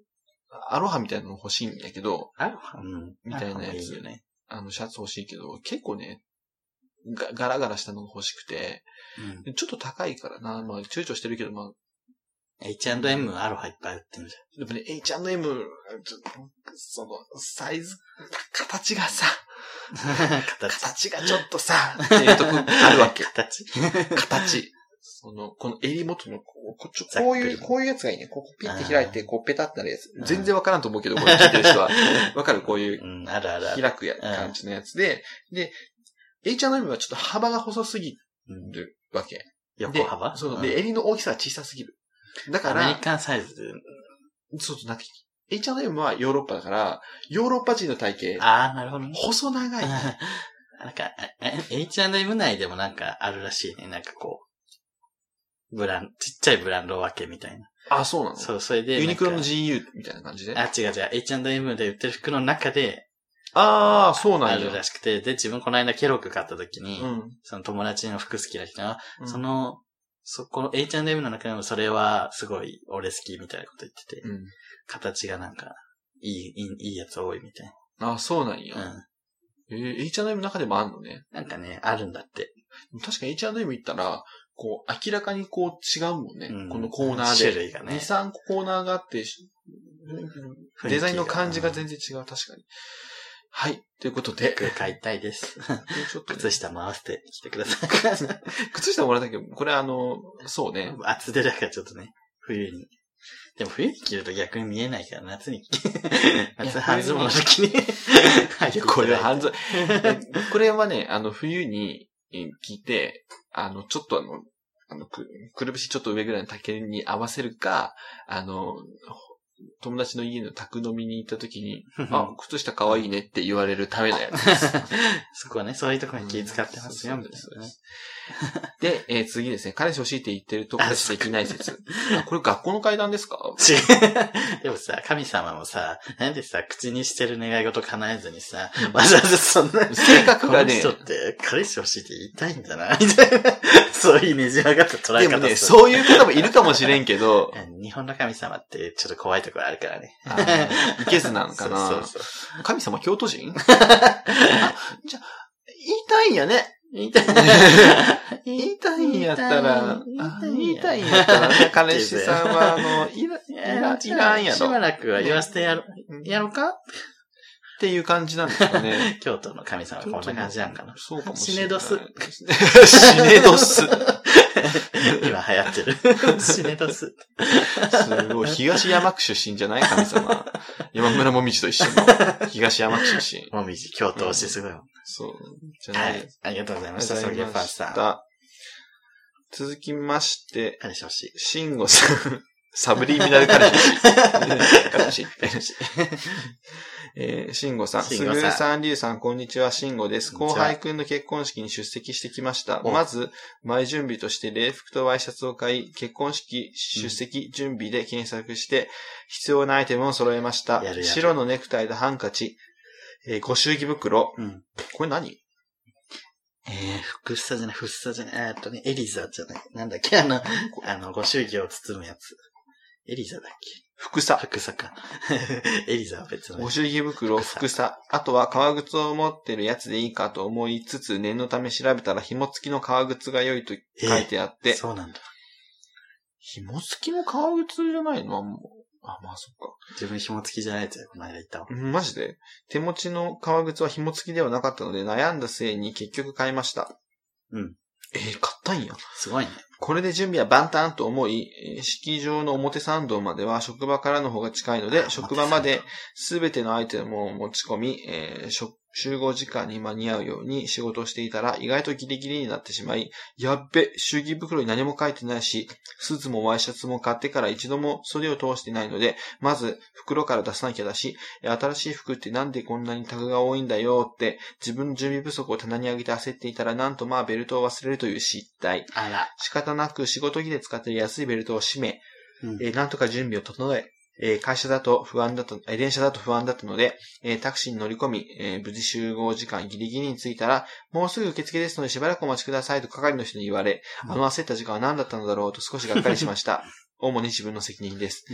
A: アロハみたいなの欲しいんだけど、
B: あうん。
A: みたいなやつ
B: いいよね。
A: あの、シャツ欲しいけど、結構ね、がガラガラしたのが欲しくて、
B: うん。
A: ちょっと高いからな、まあ、躊躇してるけど、まあ、
B: H&M アロハいっぱい売ってるじ
A: でもね、H&M、ちょっと、その、サイズ、形がさ、
B: ゃん。
A: 形
B: 形。
A: がちょっとさ、っていうとこあるわけ。
B: 形。
A: 形。その、この襟元の、こうこちょ
B: ざっ
A: こう
B: くり
A: いう、こういうやつがいいね。ここピッて開いて、
B: あ
A: こうペタってなるやつ
B: う。ん
A: 全然わからんと思うけど、これ聞いてる人は。わかるこういう
B: う、ん、あるあるある。
A: 開くや、感じのやつで、で、H&M はちょっと幅が細すぎ
B: うん
A: るわけ。
B: 横幅
A: でそう、
B: ん
A: で、襟の大きさは小さすぎる。だか
B: アメリ
A: ら、
B: カンサイズ。
A: そうそう、なんて H&M はヨーロッパだから、ヨーロッパ人の体型、
B: ああ、なるほどね。
A: 細長い。
B: なんか、え H&M 内でもなんかあるらしいね。なんかこう、ブラン、ちっちゃいブランド分けみたいな。
A: あ、そうなの
B: そう、それでな
A: ユ
B: んか。
A: ニクロの GU みたいな感じで。あ
B: あ、違う違う。H&M で売ってる服の中で
A: あー、そうな
B: あ
A: ん
B: る
A: だ
B: ら。しくて、で、自分この間ケロッグ買った時に、
A: うん。
B: その友達の服好きな人が、
A: うん
B: そ、の、そこの H&M の中でもそれはすごい俺好きみたいなこと言ってて、
A: うん。
B: 形がなんか、いい、いいいいやつ多いみたい
A: あ、そうなんや。
B: な。
A: えー、H&M の中でもあんのね。
B: うん。なんかね、あるんだって。
A: 確かに H&M 行ったら、こう、明らかにこう違うもんね。
B: うん
A: このコーナー
B: 種
A: で。
B: 類が
A: 2、
B: ね。
A: 3個コーナーがあって、
B: 雰囲気が
A: デザインの感じが全然違う、確かに。はい。ということで、
B: 服買いたい です。
A: ちょっとね、
B: 靴下回してきてくださ い。
A: 靴下もらったけど、これあの、そうね。
B: 厚手だからちょっとね、冬に。でも冬に着ると逆に見えないから、夏 に着て。
A: い
B: 夏
A: や
B: 半ズボンの時 に。はい
A: や、これは半ズ
B: ボン。
A: これはね、あの、冬に聞いて、あの、ちょっとあの、あの、く、くるぶしちょっと上ぐらいの竹に合わせるか、あの、ほ友達の家の宅飲みに行った時に、あ、靴下可愛いねって言われるためだよ。
B: そこはね、そういうところに気遣ってますよ、
A: うん
B: みたいなね。
A: で、えー次ですね、彼氏を強いて言ってると彼氏できない 説。あこれ学校の階段ですか
B: 違う。 でもさ、神様もさ、なんでさ、口にしてる願い事叶えずにさ、わざわざそんな、
A: 性格がね
B: この人って、彼氏欲しいって言いたいんだな、みたいな。 そういうねじ曲がった捉
A: で
B: え方
A: もね、
B: う。
A: そういう方もいるかもしれんけ ど、
B: 日本の神様って、ちょっと怖いところあるからね。
A: あのいけずなのかな
B: そうそうそう。
A: 神様京都 人あじゃあ、言いたいんやね。
B: 言いたい。
A: 言いたいんやったら、あ言
B: 言
A: い
B: い
A: た
B: た
A: い
B: い
A: ん
B: ん
A: や
B: や
A: っ
B: ったた
A: ら
B: ら
A: ね、彼氏さんは、あの、いら、
B: い
A: いらいらんやろ
B: しばらくは言わせてやろ、やろうか
A: っていう感じなんですかね。
B: 京都の神様はこんな感じなんかな。
A: そうかもしれない。
B: シネドス。
A: シネドス。
B: 今流行ってる。死ねとす。
A: すごい。東山区出身じゃない神様。山村もみじと一緒の。東山区出身。
B: もみじ、京都推しすごいもん。
A: そう。じゃな
B: はいい。ありがとうございま
A: あり
B: し
A: がと
B: た、
A: う
B: ソ
A: ご
B: ゲ
A: ざい
B: ファ
A: ま
B: ン
A: し
B: さん。
A: た。続きまして、
B: 彼氏欲しい。
A: シンゴさん、 サブリミナル 彼氏。 彼氏えー、慎吾さん、す
B: 慎吾
A: ぐ
B: さ
A: る
B: ん
A: さん、りゅうさん、こんにちは、慎吾です。
B: こんに
A: 後
B: ちは
A: 輩くんの結婚式に出席してきました。
B: お
A: まず、前準備として礼服とワイシャツを買い、結婚式出席準備で検索して、必要なアイテムを揃えました。
B: やるやる
A: 白のネクタイとハンカチ、えーご祝儀袋。
B: うん。
A: これ何
B: えー、福さじゃない、福さじゃない、えーっとね、エリザじゃない。なんだっけ、あの、あの、ご祝儀を包むやつ。エリザだっ
A: 服
B: け
A: さ。
B: 福さか。 エリザは別の
A: ご
B: やつ。
A: 祝儀袋、服さ、あとは革靴を持ってるやつでいいかと思いつつ、念のため調べたら紐付きの革靴が良いと書いてあって、
B: そうなんだ。
A: 紐付きの革靴じゃないのあ、もうあまあそっか。
B: 自分紐付きじゃないやつや、この間言ったわ。
A: うんマジで手持ちの革靴は紐付きではなかったので、悩んだ末に結局買いました。
B: うん。
A: えー買ったんや。
B: すごいね。
A: これで準備は万端と思い、えー式場の表参道までは職場からの方が近いので、
B: あ
A: 職場まですべてのアイテムを持ち込み、えーしょ集合時間に間に合うように仕事をしていたら、意外とギリギリになってしまい、やっべ、祝儀袋に何も書いてないし、スーツもワイシャツも買ってから一度も袖を通してないので、まず袋から出さなきゃだし、えー新しい服ってなんでこんなにタグが多いんだよって、自分の準備不足を棚に上げて焦っていたら、なんとまあベルトを忘れるという失態。
B: あら。
A: 仕方なく仕事着で使っている安いベルトを締め、
B: うん
A: えーなんとか準備を整え、えー会社だと不安だった、えー電車だと不安だったので、えータクシーに乗り込み、えー無事集合時間ギリギリに着いたら、もうすぐ受付ですのでしばらくお待ちくださいと係の人に言われ、
B: うん
A: あの焦った時間は何だったのだろうと少しがっかりしま した。主に自分の責任です。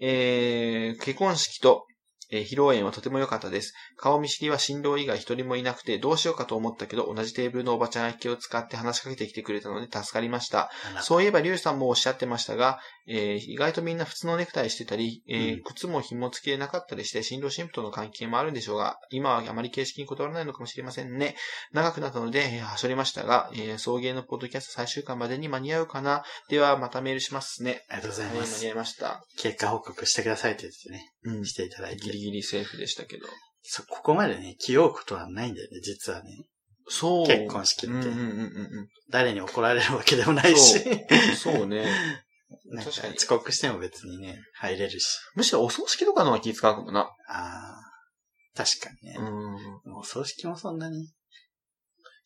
A: えー、結婚式と、えー披露宴はとても良かったです。顔見知りは新郎以外一人もいなくてどうしようかと思ったけど、同じテーブルのおばちゃんが気を使って話しかけてきてくれたので助かりました。
B: あら
A: そういえば、リュウさんもおっしゃってましたが、えー意外とみんな普通のネクタイしてたり、えー
B: うん
A: 靴も紐付けなかったりして、新郎新婦との関係もあるんでしょうが、今はあまり形式にこだわらないのかもしれませんね。長くなったので、えー、はしょりましたが、えー送迎のポッドキャスト最終回までに間に合うかなでは、またメールしますね。
B: ありがとうござい
A: 間
B: ま
A: に合
B: す。
A: いました。
B: 結果報告してくださいって言ってね、
A: うん。
B: していただい
A: ギ
B: て
A: リ。ギリセーフでしたけど。
B: そ、ここまでね、気負うことはないんだよね、実はね。
A: そう。
B: 結婚式って。
A: うんうんうんうん
B: 誰に怒られるわけでもないし。
A: うん。そうね。
B: なんか
A: 確かに
B: 遅刻しても別にね、入れるし。
A: むしろお葬式とかの方が気使うかもな。
B: ああ、確かにね。
A: うん。
B: もう葬式もそんなに。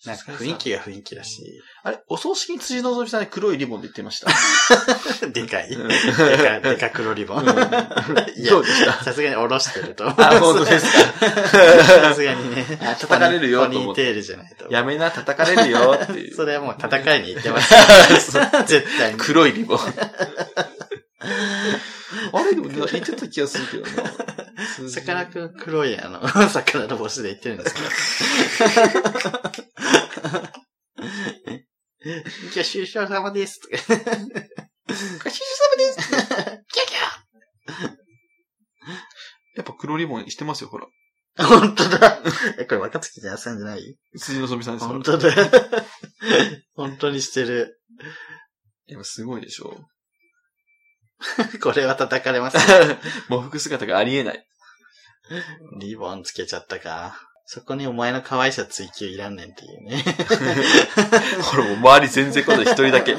B: なんか雰囲気が雰囲気だし。
A: あれ、お葬式に辻希美さんで黒いリボンで言ってました。
B: でかい。
A: う
B: で
A: ん
B: かい、でか黒リボン。
A: うん
B: いや
A: どうで した
B: さすがに下ろしてると思う。
A: あ本当です
B: さすがにね。
A: あ叩かれるよ
B: ポニー
A: と思
B: ポ
A: って
B: ニーテールじゃないと。
A: やめな、叩かれるよっていう。
B: それはもう戦いに行ってます。 絶対に。
A: 黒いリ ボン。あれでも言ってた気がするけどな。
B: さかなクン黒いあの、 魚の帽子で言ってるんです けど。今日首相様です。とか
A: ごちそうさまです。やっぱ黒リボンしてますよ、ほら。
B: 本当だ。え、これ若月ちゃんさんじゃない
A: 辻希美さんですほら
B: 本当だ。 本当にしてる。
A: いやすごいでしょ。
B: これは叩かれます。
A: 喪服姿がありえない。
B: リボンつけちゃったか。そこにお前の可愛さ追求いらんねんっていうね。
A: ほら、もう周り全然今度一人 だけ。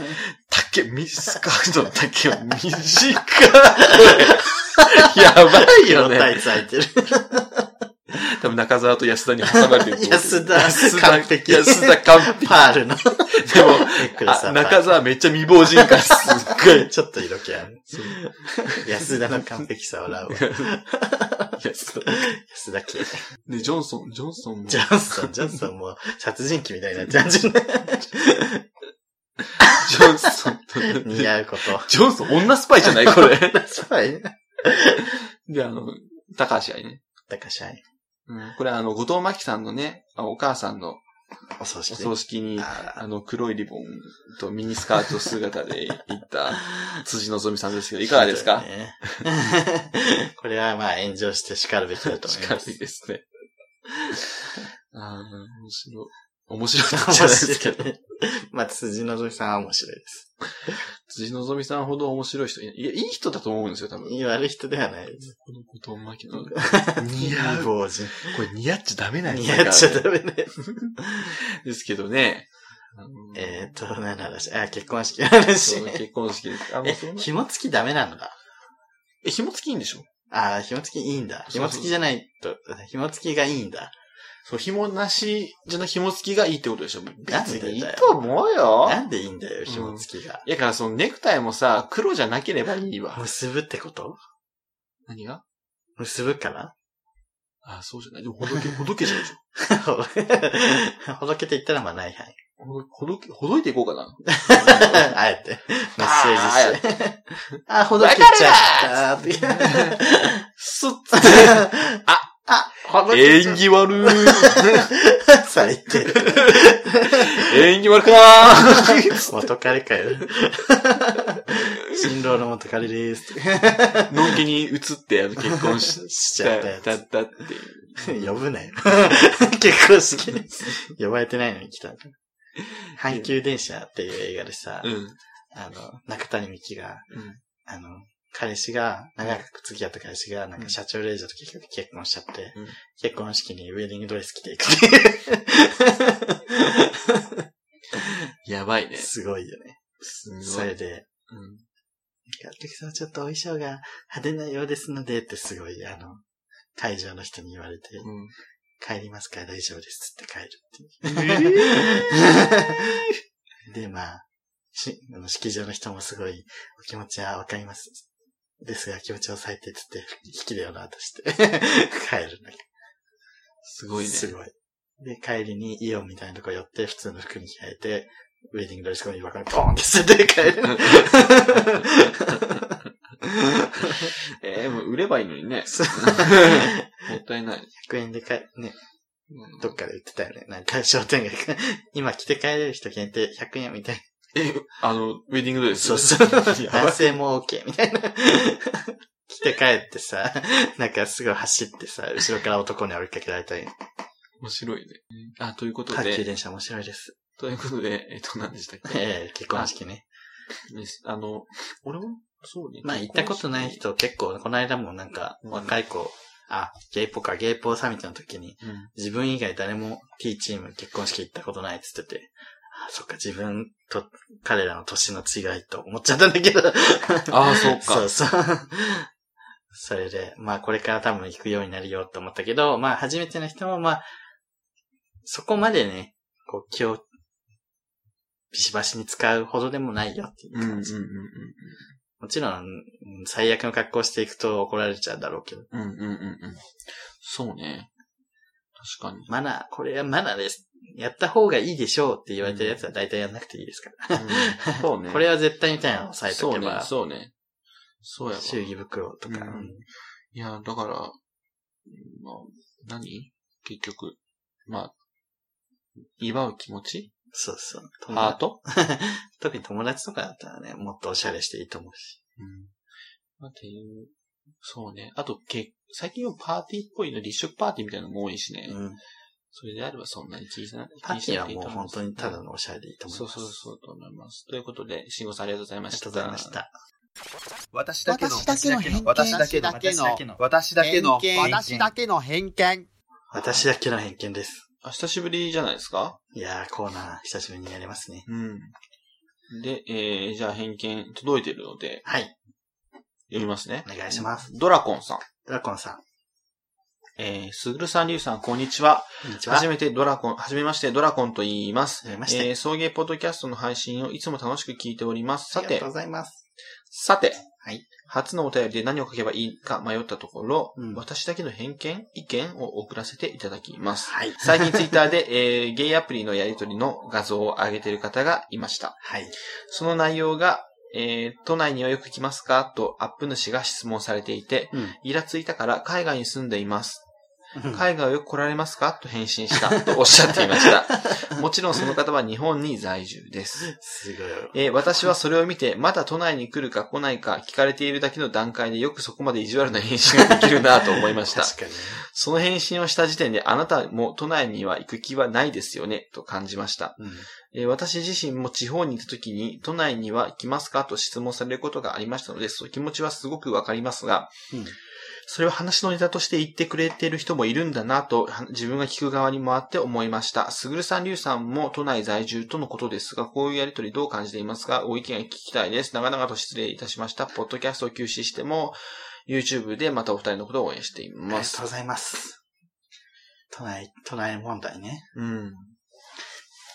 A: 丈、み、スカートの丈 を短い。やばいよ
B: 黒タ
A: ね。
B: イツ履いてる。
A: 多分中澤と安田に挟まれてると思う。
B: 安田
A: 安田、
B: 完璧
A: 安田完璧。
B: パールの。で
A: でも、あ
B: も
A: 中澤めっちゃ未亡人感す っごい。
B: ちょっと色気ある。安田の完璧さをラうわ。
A: 安田
B: 安田系。
A: で、ジョンソン、ジョンソンも
B: ジ。ャンソン、ジャンソンもう殺人鬼みたいにな っちゃうじゃん。
A: ジョンソンとね
B: 似合うこと。
A: ジョンソン、女スパイじゃない これ。
B: スパイ
A: で、あの、高橋愛ね。
B: 高シャイ。
A: うんこれあの、後藤真希さんのね、あお母さんの
B: お葬
A: お
B: 式で。
A: 葬式に、
B: あ
A: あの、黒いリボンとミニスカート姿で行 った辻希美さんですけど、
B: ー
A: いかがですか
B: そうね これはまあ炎上して叱るべきだと思いま
A: 確かに
B: す。
A: ですね。ああ、面白い。面白いって言っちゃ
B: 面
A: ないですけど。
B: 白い。 まあ、辻のぞみさんは面白いです。
A: 辻希美さんほど面白い人いない、いや、いい人だと思うんですよ、多分。
B: 悪い人ではないです。
A: この後藤真希の。
B: 似
A: 似
B: 合
A: 合
B: う
A: う。
B: 坊人。
A: これ似合っちゃダメなやつ
B: 似
A: だからね
B: 合っちゃダメだよ。
A: ですけどね。あの
B: えっと、何の話あ、結婚式の話
A: そ。う結婚式です。あ、も
B: え
A: うそん、な
B: 紐付きダメなのだ。
A: え、紐付きいいんでしょ
B: ああ、紐付きいいん
A: そう
B: だ。
A: そう
B: 紐付きじゃないと、紐付きがいいんだ。
A: そう、紐なしじゃなく紐付きがいいってことでしょなん
B: でだよ
A: いいと思うよ。
B: なんでいいんだよ、紐付きが。
A: いや、からそのネクタイもさ、黒じゃなければいいわ。
B: 結ぶってこと
A: 何が
B: 結ぶから
A: あそうじゃない。でも、ほどけ、 ほどけちゃうでしょ。
B: ほどけていったらまあない範囲。
A: ほどほどけ、ほどいていこうかな。
B: あえて。メッセージして。 あ、ほどけちゃったー って。
A: すっ
B: あ、あ、ほどけちゃ
A: 演
B: っ
A: 技 悪い。
B: た。最低。
A: 演技悪 くな
B: 元彼かよ。 新郎の元彼です。
A: ーのんけに移って、あの、結婚し
B: しち
A: ちゃ
B: ゃ
A: っ
B: っ
A: た
B: たやつ。
A: ったっていう。
B: 呼ぶなよ。 結婚式に。呼ばれてないのに来た。阪急電車っていう映画でさ、
A: うん。
B: あの、中谷美紀が、
A: うん
B: あの、彼氏が、長く付き合った彼氏が、なん
A: う
B: か
A: ん
B: 社長令嬢と結局結婚しちゃって、
A: うん
B: 結婚式にウェディングドレス着ていくっていう。
A: やばい ね。
B: すごいよね。
A: す
B: そ
A: ご
B: れ
A: い。
B: で、
A: うん
B: お客様ちょっとお衣装が派手なようですのでってすごい、あの、会場の人に言われて、
A: うん。
B: 帰りますから大丈夫ですって帰るっていう。
A: え
B: で、まあ、し、あの、式場の人もすごい、お気持ちはわかります。ですが、気持ちを抑えてって言って、引きでよな、と して。帰るんだけど。
A: すごいね。
B: すごい。で、帰りにイオンみたいなとこ寄って、普通の服に着替えて、ウェディングドレスコードにバカにポーンって捨てて帰 る。
A: えー、もう売ればいいのにね。
B: そう
A: もったいない。
B: 100円で買え、ね、
A: うん
B: どっかで売ってたよね。なんか商店街か。今着て帰れる人限定100円みたい
A: え、あの、ウェディングドレス
B: そうそう。
A: やばい
B: 男性も OK みたいな。 来て帰ってさ、なんかすぐ走ってさ、後ろから男に追いかけられたり。
A: 面白いね。あ、ということ
B: 卓球
A: で、
B: 電車面白いです。
A: ということで、えっと、何でしたっけ
B: ええ結婚式ね。
A: ですあの、俺も、そうね。
B: まあ行ったことない人結構、この間もなんか
A: うん
B: 若い子、あ、ゲイポか、ゲイポサミットの時に、
A: うん。
B: 自分以外誰も T チーム結婚式行ったことないって言ってて、あ、そっか、自分と彼らの年の違いと思っちゃったんだけど。
A: ああ、そう
B: そ
A: か
B: う。そう。それで、まあこれから多分行くようになるよって思ったけど、まあ初めての人もまあ、そこまでね、こう気をビシバシに使うほどでもないよっていう
A: うんうんうん
B: 感じ。もちろん、うん最悪の格好していくと怒られちゃうだろうけど、
A: うん。うんうんうんうん。そうね。確かに。
B: マナー、これはマナーです。やった方がいいでしょうって言われてるやつは大体やんなくていいですから。
A: そうね。
B: これは絶対みたいなのを押さえとけば、
A: そうね、そうね。そうやわ。
B: 祝儀袋とか、
A: うん
B: うん
A: いや、だから、まあ、何結局、まあ、祝う気持ち
B: そうそう。
A: ハート
B: 特に友達とかだったらね、もっとおしゃれしていいと思うし。
A: うん。まあ、っていう、そうね。あと、け最近はパーティーっぽいの、立食パーティーみたいなのも多いしね。
B: うん。
A: それであればそんなに気にしない。
B: パーティーはもう本当にた
A: の
B: だのおしゃれでいいと思い
A: そ
B: ま
A: う
B: す。
A: そうそうと思います。ということで、慎吾さんありがとうございま
B: あり
A: し
B: がと
A: た。
B: うございました。。
D: 私だけの、
C: 私だけの偏見
D: 私だけの、私だけの、
C: 偏見
D: 私だけの偏見。
B: 私だけの偏見です。
A: あ久しぶりじゃないですか
B: いやー、コーナー久しぶりにやりますね。
A: うん。で、えー、じゃあ偏見届いてるので、
B: はい。
A: 読みますね。
B: お願いします。
A: ドラコンさん。
B: ドラコンさん、
A: えー、すぐるさん、りゅうさん、こんにちは。
B: こんにちは。
A: はじめてドラコン、はじめまして、ドラコンと言います。
B: はじめまして
A: えー、送迎ポッドキャストの配信をいつも楽しく聞いております。さ
B: ありが
A: て
B: とう、ございます。
A: さて、
B: はい
A: 初のお便りで何を書けばいいか迷ったところ、
B: うん
A: 私だけの偏見、意見を送らせていただきます。
B: はい。
A: 最近ツイッターで、えーゲイアプリのやりとりの画像を上げている方がいました。
B: はい。
A: その内容が、えー都内にはよく来ますかとアップ主が質問されていて、
B: うん
A: イラついたから海外に住んでいます。
B: うん
A: 海外をよく来られますかと返信したとおっしゃっていました。もちろんその方は日本に在住です。
B: すごい。
A: えー私はそれを見て、まだ都内に来るか来ないか聞かれているだけの段階でよくそこまで意地悪な返信ができるなと思いました。
B: 確かにね。
A: その返信をした時点であなたも都内には行く気はないですよね、と感じました。
B: うん。
A: えー私自身も地方にいた時に都内には来ますかと質問されることがありましたので、その気持ちはすごくわかりますが、
B: うん
A: それを話のネタとして言ってくれている人もいるんだなと、は自分が聞く側に回って思いました。すぐるさん、りゅうさんも都内在住とのことですが、こういうやりとりどう感じていますかお意見聞きたいです。長々と失礼いたしました。ポッドキャストを休止しても、YouTube でまたお二人のことを応援してい
B: ありが
A: ま
B: と
A: す
B: うご。ざいます。都内、都内問題ね。
A: うん。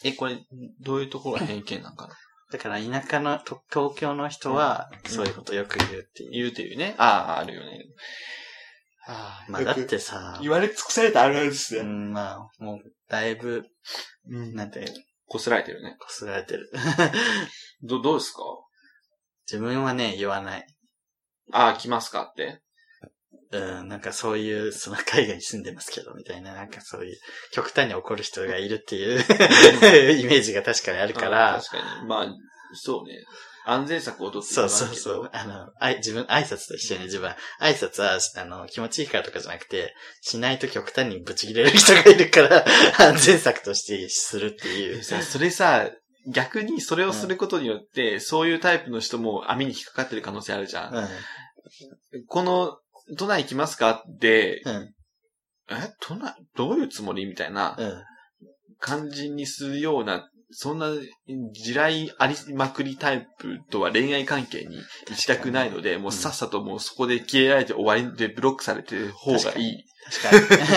A: え、これ、どういうところが偏見なんかな
B: だから田舎の、と東京の人は、
A: うん
B: そういうことよく言うっていう。
A: 言うていうね。ああ、あるよね。あ
B: まあだってさ、
A: 言われ尽くされたあるあるです
B: う。ん、まあ、もう、だいぶ、
A: うん。
B: なんていうの、
A: こすられてるね。
B: こすられてる。
A: ど、どうですか
B: 自分はね、言わない。
A: ああ、来ますかって。
B: うん、なんかそういう、その海外に住んでますけど、みたいな、なんかそういう、極端に怒る人がいるっていう イメージが確かにあるか
A: あー
B: ら、
A: 確かに。まあ、そうね。安全策を取って
B: そうそうそ
A: 言わ
B: う。あの、あい自分、挨拶と一緒に自分、挨拶は、あの、気持ちいいからとかじゃなくて、しないと極端にブチ切れる人がいるから、 安全策としてするって
A: ないきゃ
B: う。
A: さ、それさ、逆にそれをすることによって、そういうタイプの人も網に引っかかってる可能性あるじゃん。
B: うん。
A: この、都内来ますかって、
B: うん。
A: え、都内、どういうつもりみたいな。
B: うん。
A: 肝心にするような、そんな地雷ありまくりタイプとは恋愛関係に行きたくないので、もうさっさともうそこで消えられて終わりでブロックされてる方がいい。
B: 確かに。 確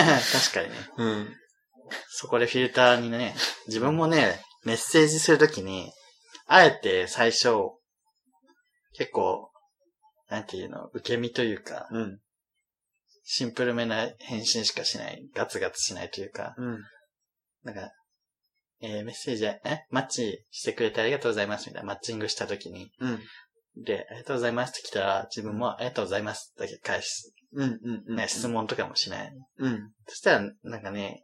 B: かにね。
A: うん。
B: そこでフィルター にね、自分もね、メッセージするときに、あえて最初、結構、なんていうの、受け身というか、
A: うん。
B: シンプルめな返信しかしない、ガツガツしないというか、
A: うん。
B: なんか、えーメッセージ、え、マッチしてくれてありがとうございます、みたいな、マッチングしたときに、
A: うん。
B: で、ありがとうございますって来たら、自分もありがとうございますだけ返す。
A: うん。うん。
B: ね、質問とかもしない。
A: うん。
B: そしたら、なんかね、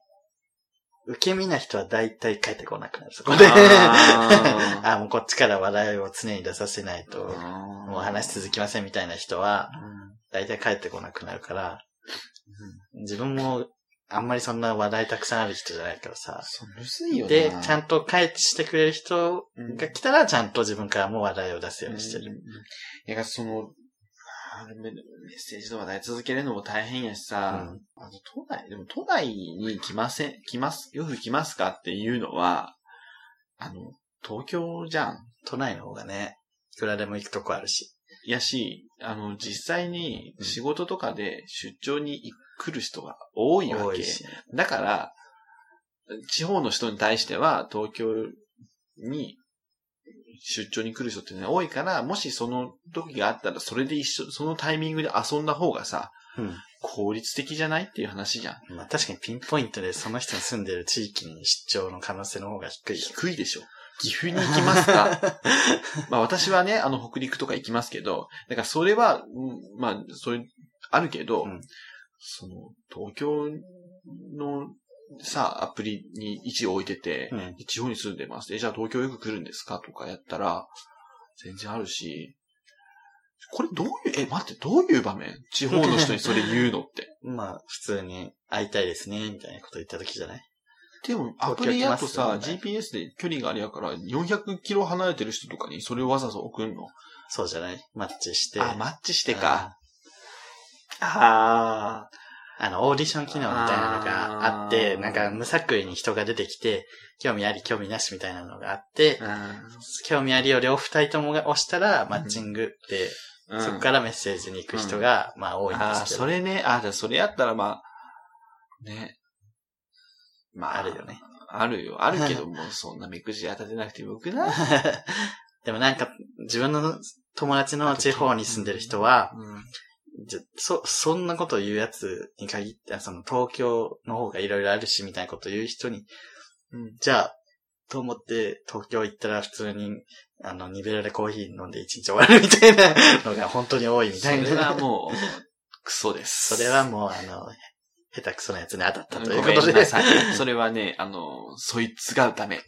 B: 受け身な人は大体帰ってこなくなる。そこで。
A: あー
B: ああ、もうこっちから笑いを常に出させないと、も
A: も
B: う話続きませんみたいな人は、大体帰ってこなくなるから、自分もあんまりそんな話題たくさんある人じゃないからさ。
A: そう、むずいよな。
B: で、ちゃんと帰ってしてくれる人が来たら、ちゃんと自分からも話題を出すようにして
A: うん
B: る。
A: うんうんいや、その、あーメメッセージとか題続けるのも大変やしさ、あの、都内、でも都内に来ません、来ます、よく来ますかっていうのは、あの、東京じゃん。
B: 都内の方がね、いくらでも行くとこあるし。
A: やし、あの、実際に仕事とかで出張に来る人が多いわ
B: 多
A: け
B: い。し。
A: だから、地方の人に対しては、東京に出張に来る人ってね、多いから、もしその時があったら、それで一緒、そのタイミングで遊んだ方がさ、
B: うん。
A: 効率的じゃないっていう話じゃん。
B: まあ確かにピンポイントでその人の住んでる地域に出張の可能性の方が低いよ。
A: 低いでしょ。岐阜に行きますか まあ私はね、あの北陸とか行きますけど、だからそれは、うんまあ、それ、あるけど、
B: うん
A: その、東京のさ、アプリに位置を置いてて、
B: うん。
A: 地方に住んでます。え、じゃあ東京よく来るんですかとかやったら、全然あるし、これどういう、え、待って、どういう場面地方の人にそれ言うのって。
B: まあ普通に会いたいですね、みたいなこと言った時じゃない
A: でも、アプリやとさ、
B: 東
A: GPS で距離があれやから、400キロ離れてる人とかにそれをわざわざ送るの。
B: そうじゃないマッチして。
A: あ、マッチしてか。あ
B: あの、オーディション機能みたいなのがあって、
A: あー
B: なんか無作為に人が出てきて、興味あり、興味なしみたいなのがあって、
A: あ。
B: 興味ありを両二人ともが押したら、マッチングって、
A: うん。
B: そこからメッセージに行く人が、まあ多いんで
A: ああ、
B: すけ
A: そ
B: ど。
A: れね。ああ、じゃあそれやったらまあ、ね。まあ、
B: あるよね。
A: あるよ。あるけど、もう そんな目くじ当たってなくてもよくない
B: でもなんか、自分の友達の地方に住んでる人は、
A: うん
B: じゃそ、そんなこと言うやつに限って、あその東京の方がいろいろあるし、みたいなこと言う人に、
A: うん
B: じゃあ、と思って東京行ったら普通に、あの、ニベラでコーヒー飲んで一日終わるみ たいなのが本当に多いみ
A: そ
B: たいな。
A: れはもう、クソです。
B: それはもう、あの、下手くそなやつに当たったという
A: ごめん
B: ことで
A: な、さい。それはね、あの、そいつがダメ。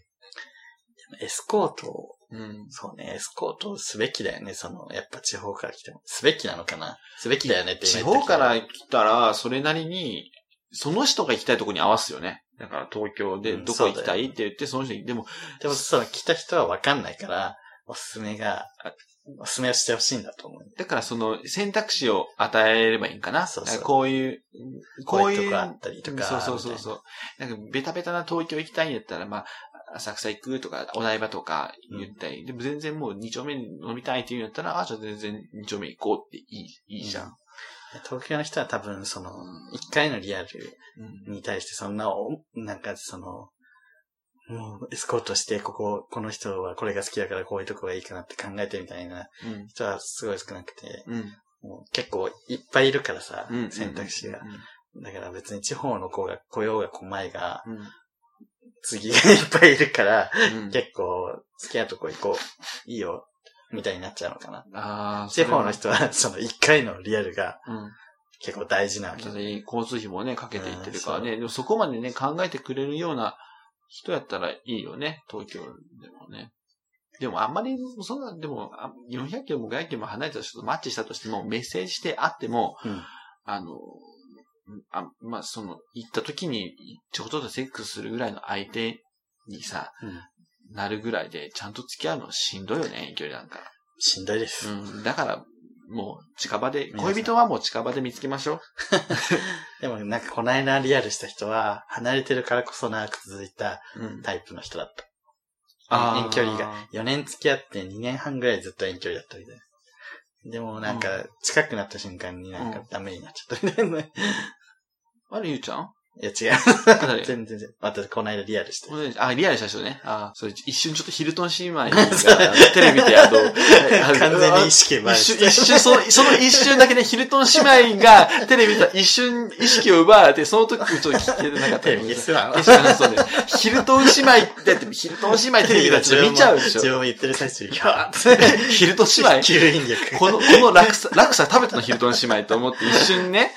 B: エスコートを、
A: うん。
B: そうね、エスコートをすべきだよね、その、やっぱ地方から来ても。すべきなのかなすべきだよねって
A: 地
B: 今言っ
A: 方
B: た
A: か
B: けど
A: ら来たら、それなりに、その人が行きたいとこに合わすよね。だから東京で
B: うん
A: どこ行き
B: そうだ
A: たい
B: よ
A: って言って、その人に、でも、
B: でも、その来た人は分かんないから、おすすめが、あおすすめをしてほしいんだと思う。
A: だからその選択肢を与えればいいんかな。
B: そうそ
A: だ
B: う
A: からこういう、
B: こ
A: こ
B: う
A: う
B: いう
A: いう。
B: とこあったりとか
A: そうそうそうそう。なんかベタベタな東京行きたいんやったら、まあ、浅草行くとか、お台場とか言ったり、でも全然もう二丁目飲みたいっていうんやったら、あ、じゃあ全然二丁目行こうっていい、いいじゃん。
B: 東京の人は多分、その、一回のリアルに対してそんなお、なんかその、もうエスコートして、ここ、この人はこれが好きだからこういうとこがいいかなって考えてみたいな
A: うん。
B: 人はすごい少なくて、
A: うん。
B: もう結構いっぱいいるからさ、
A: うん。
B: 選択肢が
A: う。ん。
B: だから別に地方の子が来ようが来まいが、
A: うん。
B: 次がいっぱいいるから、
A: うん
B: 結構好きなとこ行こう、いいよ、みたいになっちゃうのかな。
A: ああ、
B: 地方の
A: 人。
B: 人は、 その一回のリアルが
A: うん。
B: 結構大事なわけ
A: だ。って交通費もね、かけていってるから
B: うん
A: ね。でもそこまでね、考えてくれるような人やったらいいよね、東京でもね。でもあんまり、そんな、でも、あ400キロも500キロも離れた人とマッチしたとしても、メッセージしてあっても、
B: うん
A: あの、あまあ、その、行った時に、ちょこっとセックスするぐらいの相手にさ、
B: うん
A: なるぐらいで、ちゃんと付き合うのしんどいよね、遠距離なんか。
B: しんどいです。
A: うん、だから、もう、近場で、恋人はもう近場で見つけましょう。
B: でもなんかこの間リアルした人は、離れてるからこそ長く続いた
A: うん
B: タイプの人だった。
A: あー
B: 遠距離が。4年付き合って2年半ぐらいずっと遠距離だったみたいな。でもなんか、近くなった瞬間になん
A: う
B: かダメになっちゃったみたいな。 い
A: あれ、ゆうちゃ ん
B: や違
A: 誰
B: う。全然違う。私この間リアルして。
A: あ、リアルした人ね。あそれ一瞬ちょっとヒルトン姉妹が、あのテレビで あの、あの
B: 完全に意識
A: 一
B: ばれて
A: 瞬、一瞬、その、その一瞬だけね、ヒルトン姉妹が テレビで一瞬意識を奪われて、その時ちょっと聞けてなかった。
B: テレビですわ。
A: 消したそうね。ヒルトン姉妹って、だってヒルトン姉妹テレビだって見ちゃう でし
B: 自
A: ょ。
B: 分も言ってる最中、いやーって。
A: ヒルトン姉妹
B: 吸引力。
A: この、この落差、落差食べたのヒルトン姉妹と思って一瞬ね、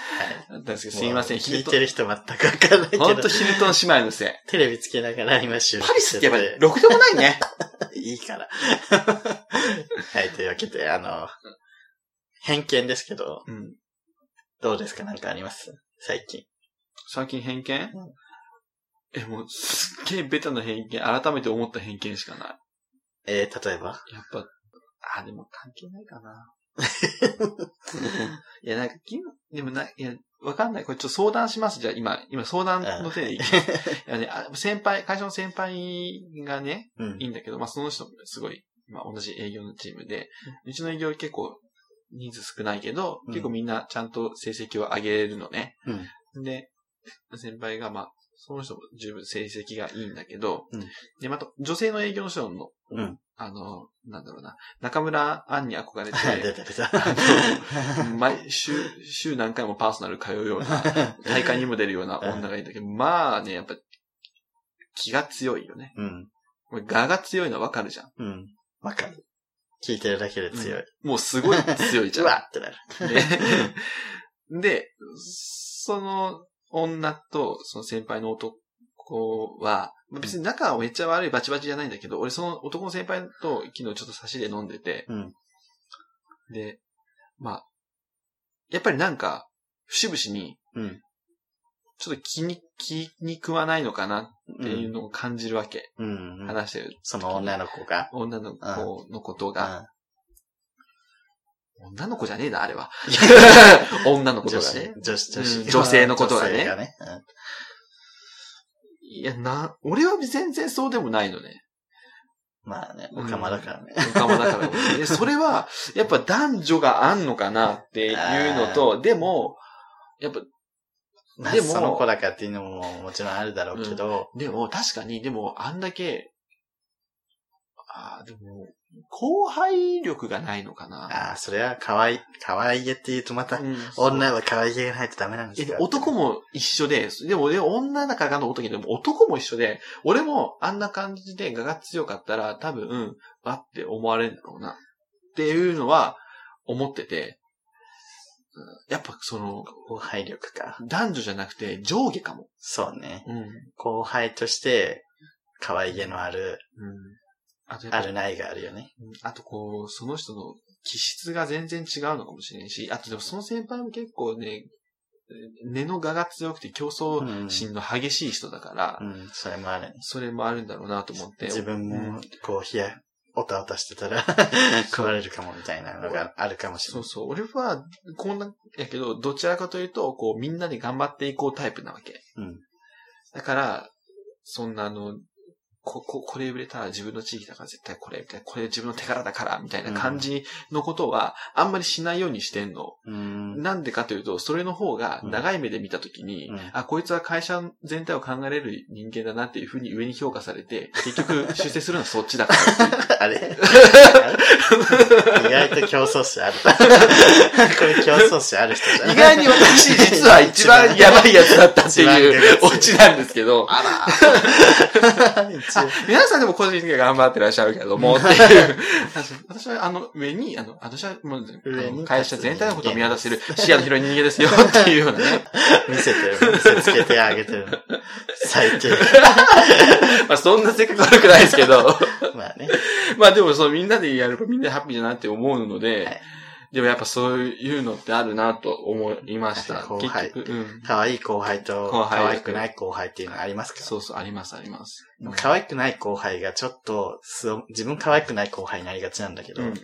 A: だったんですけど、すみません、
B: 聞
A: ヒ
B: い
A: ルト
B: てる人全くわかんないけ
A: ン、ほん
B: ど
A: と。ヒルトン姉妹のせい。
B: テレビつけながら今収
A: パ
B: 録
A: リ
B: し
A: ス
B: て
A: って
B: て。
A: やっぱり、ろくでもないね。
B: いいから。 はい、というわけで、あの、偏見ですけど、
A: うん。
B: どうですかなんかあります最近。
A: 最近偏見
B: う
A: え、もう、すっげえベタな偏見、改めて思った偏見しかな
B: えー、例え ば
A: い。やっぱ、あ、でも関係ないかな。いや、なんか、今、でもな、いや、わかんない。これちょっと相談します。じゃあ、今、今相談の手でいきます。いやね、あ先輩、会社の先輩がね、
B: うん
A: いい。んだけど、まあその人もすごい、まあ同じ営業のチームで、うちの営業結構人数少ないけど、
B: うん
A: 結構みんなちゃんと成績を上げれるのね。で、先輩がまあ、その人も十分成績がいいんだけど、
B: うん
A: で、また女性の営業の人の、
B: うん
A: あの、なんだろうな、中村杏に憧れて、
B: 出た出た。
A: 毎週、週何回もパーソナル通うような、 大会にも出るような女がいいんだけど、まあね、やっぱ、気が強いよね。
B: うん。
A: これ我が強いのはわかるじゃん。
B: うん。わかる。聞いてるだけで強い。
A: もうすごい強いじ ゃ
B: う
A: ん。
B: わってなる。
A: で で、その女とその先輩の男は、まあ別に仲はめっちゃ悪いバチバチじゃないんだけど、俺その男の先輩と昨日ちょっと差しで飲んでて、
B: うん
A: で、まあ、やっぱりなんか、節々に、
B: うん
A: ちょっと気に、気に食わないのかなっていうのを感じるわけ。
B: うん。うん
A: 話してる
B: その女の子が。
A: 女の子のことが、女の子じゃねえな、あ れは。女の子と
B: 女
A: か
B: 子
A: ね。、
B: 女子、女
A: うん
B: 子。
A: 女性のことがね
B: 女性がね。うん
A: いや、な、俺は全然そうでもないのね。
B: まあね、おかまだからね。
A: 仲間だから俺。で、それは、やっぱ男女があんのかなっていうのと、でも、やっぱ、
B: まあ
A: でも
B: その子だからっていうのももちろんあるだろうけど、
A: でも確かに、でもあんだけ、ああ、でも、後輩力がないのかな。
B: ああ、それは可愛い、可愛げって言うとまた、
A: うん
B: 女は可愛げがないとダメなんです
A: え
B: よ。
A: 男も一緒で、でも、ね、女だからの男でも男も一緒で、俺もあんな感じで我が強かったら多分、わって思われるんだろうな。っていうのは思ってて、うんやっぱその、
B: 後輩力か。
A: 男女じゃなくて上下かも。
B: そうね。
A: うん。うん。
B: 後輩として、可愛げのある、
A: あとやっぱ
B: あるないがあるよね。
A: うんあとこう、その人の気質が全然違うのかもしれんし、あとでもその先輩も結構ね、根の我が強くて競争心の激しい人だから、
B: うん、それもあるね。
A: それもあるんだろうなと思って。
B: 自分
A: うん
B: も、こう、冷や、おたおたしてたら、食われるかもみたいなのがあるかもしれ
A: そ
B: な
A: う
B: い。
A: そう。俺は、こんな、やけど、どちらかというと、こう、みんなで頑張っていこうタイプなわけ。
B: うん
A: だから、そんなあの、こ、こ、これ売れたら自分の地域だから絶対これ、みたいな、これ自分の手柄だから、みたいな感じのことは、あんまりしないようにしてんの。
B: うん。
A: なんでかというと、それの方が長い目で見たときに、
B: うん
A: あ、こいつは会社全体を考えれる人間だなっていうふうに上に評価されて、結局出世するのはそっち だからっていう。
B: あれ意外と競争心あ る。これ競争心ある人じゃない
A: 意外に私実は一番やばいやつだったっていうオチなんですけど、
B: あら。
A: 皆さんでも個人的には頑張ってらっしゃるけども、っていう。私はあの上に、あの、私はもう、
B: 上に
A: 会社全体のことを見渡せ る視野の広い人間ですよっていうようなね。
B: 見せてる。見せつけてあげてる。最低。
A: まあそんな性格悪くないですけど、
B: まあね。
A: まあでもそうみんなでやればみんなでハッピーだなって思うので、
B: はい
A: でもやっぱそういうのってあるなと思いました。
B: 後輩
A: 結局、うん。
B: 可愛い後輩と、
A: 後輩
B: 可愛くない後輩っていうのありますか
A: そうそう、ありますあります。
B: でも可愛くない後輩がちょっと素を、自分可愛くない後輩になりがちなんだけど、
A: うんうん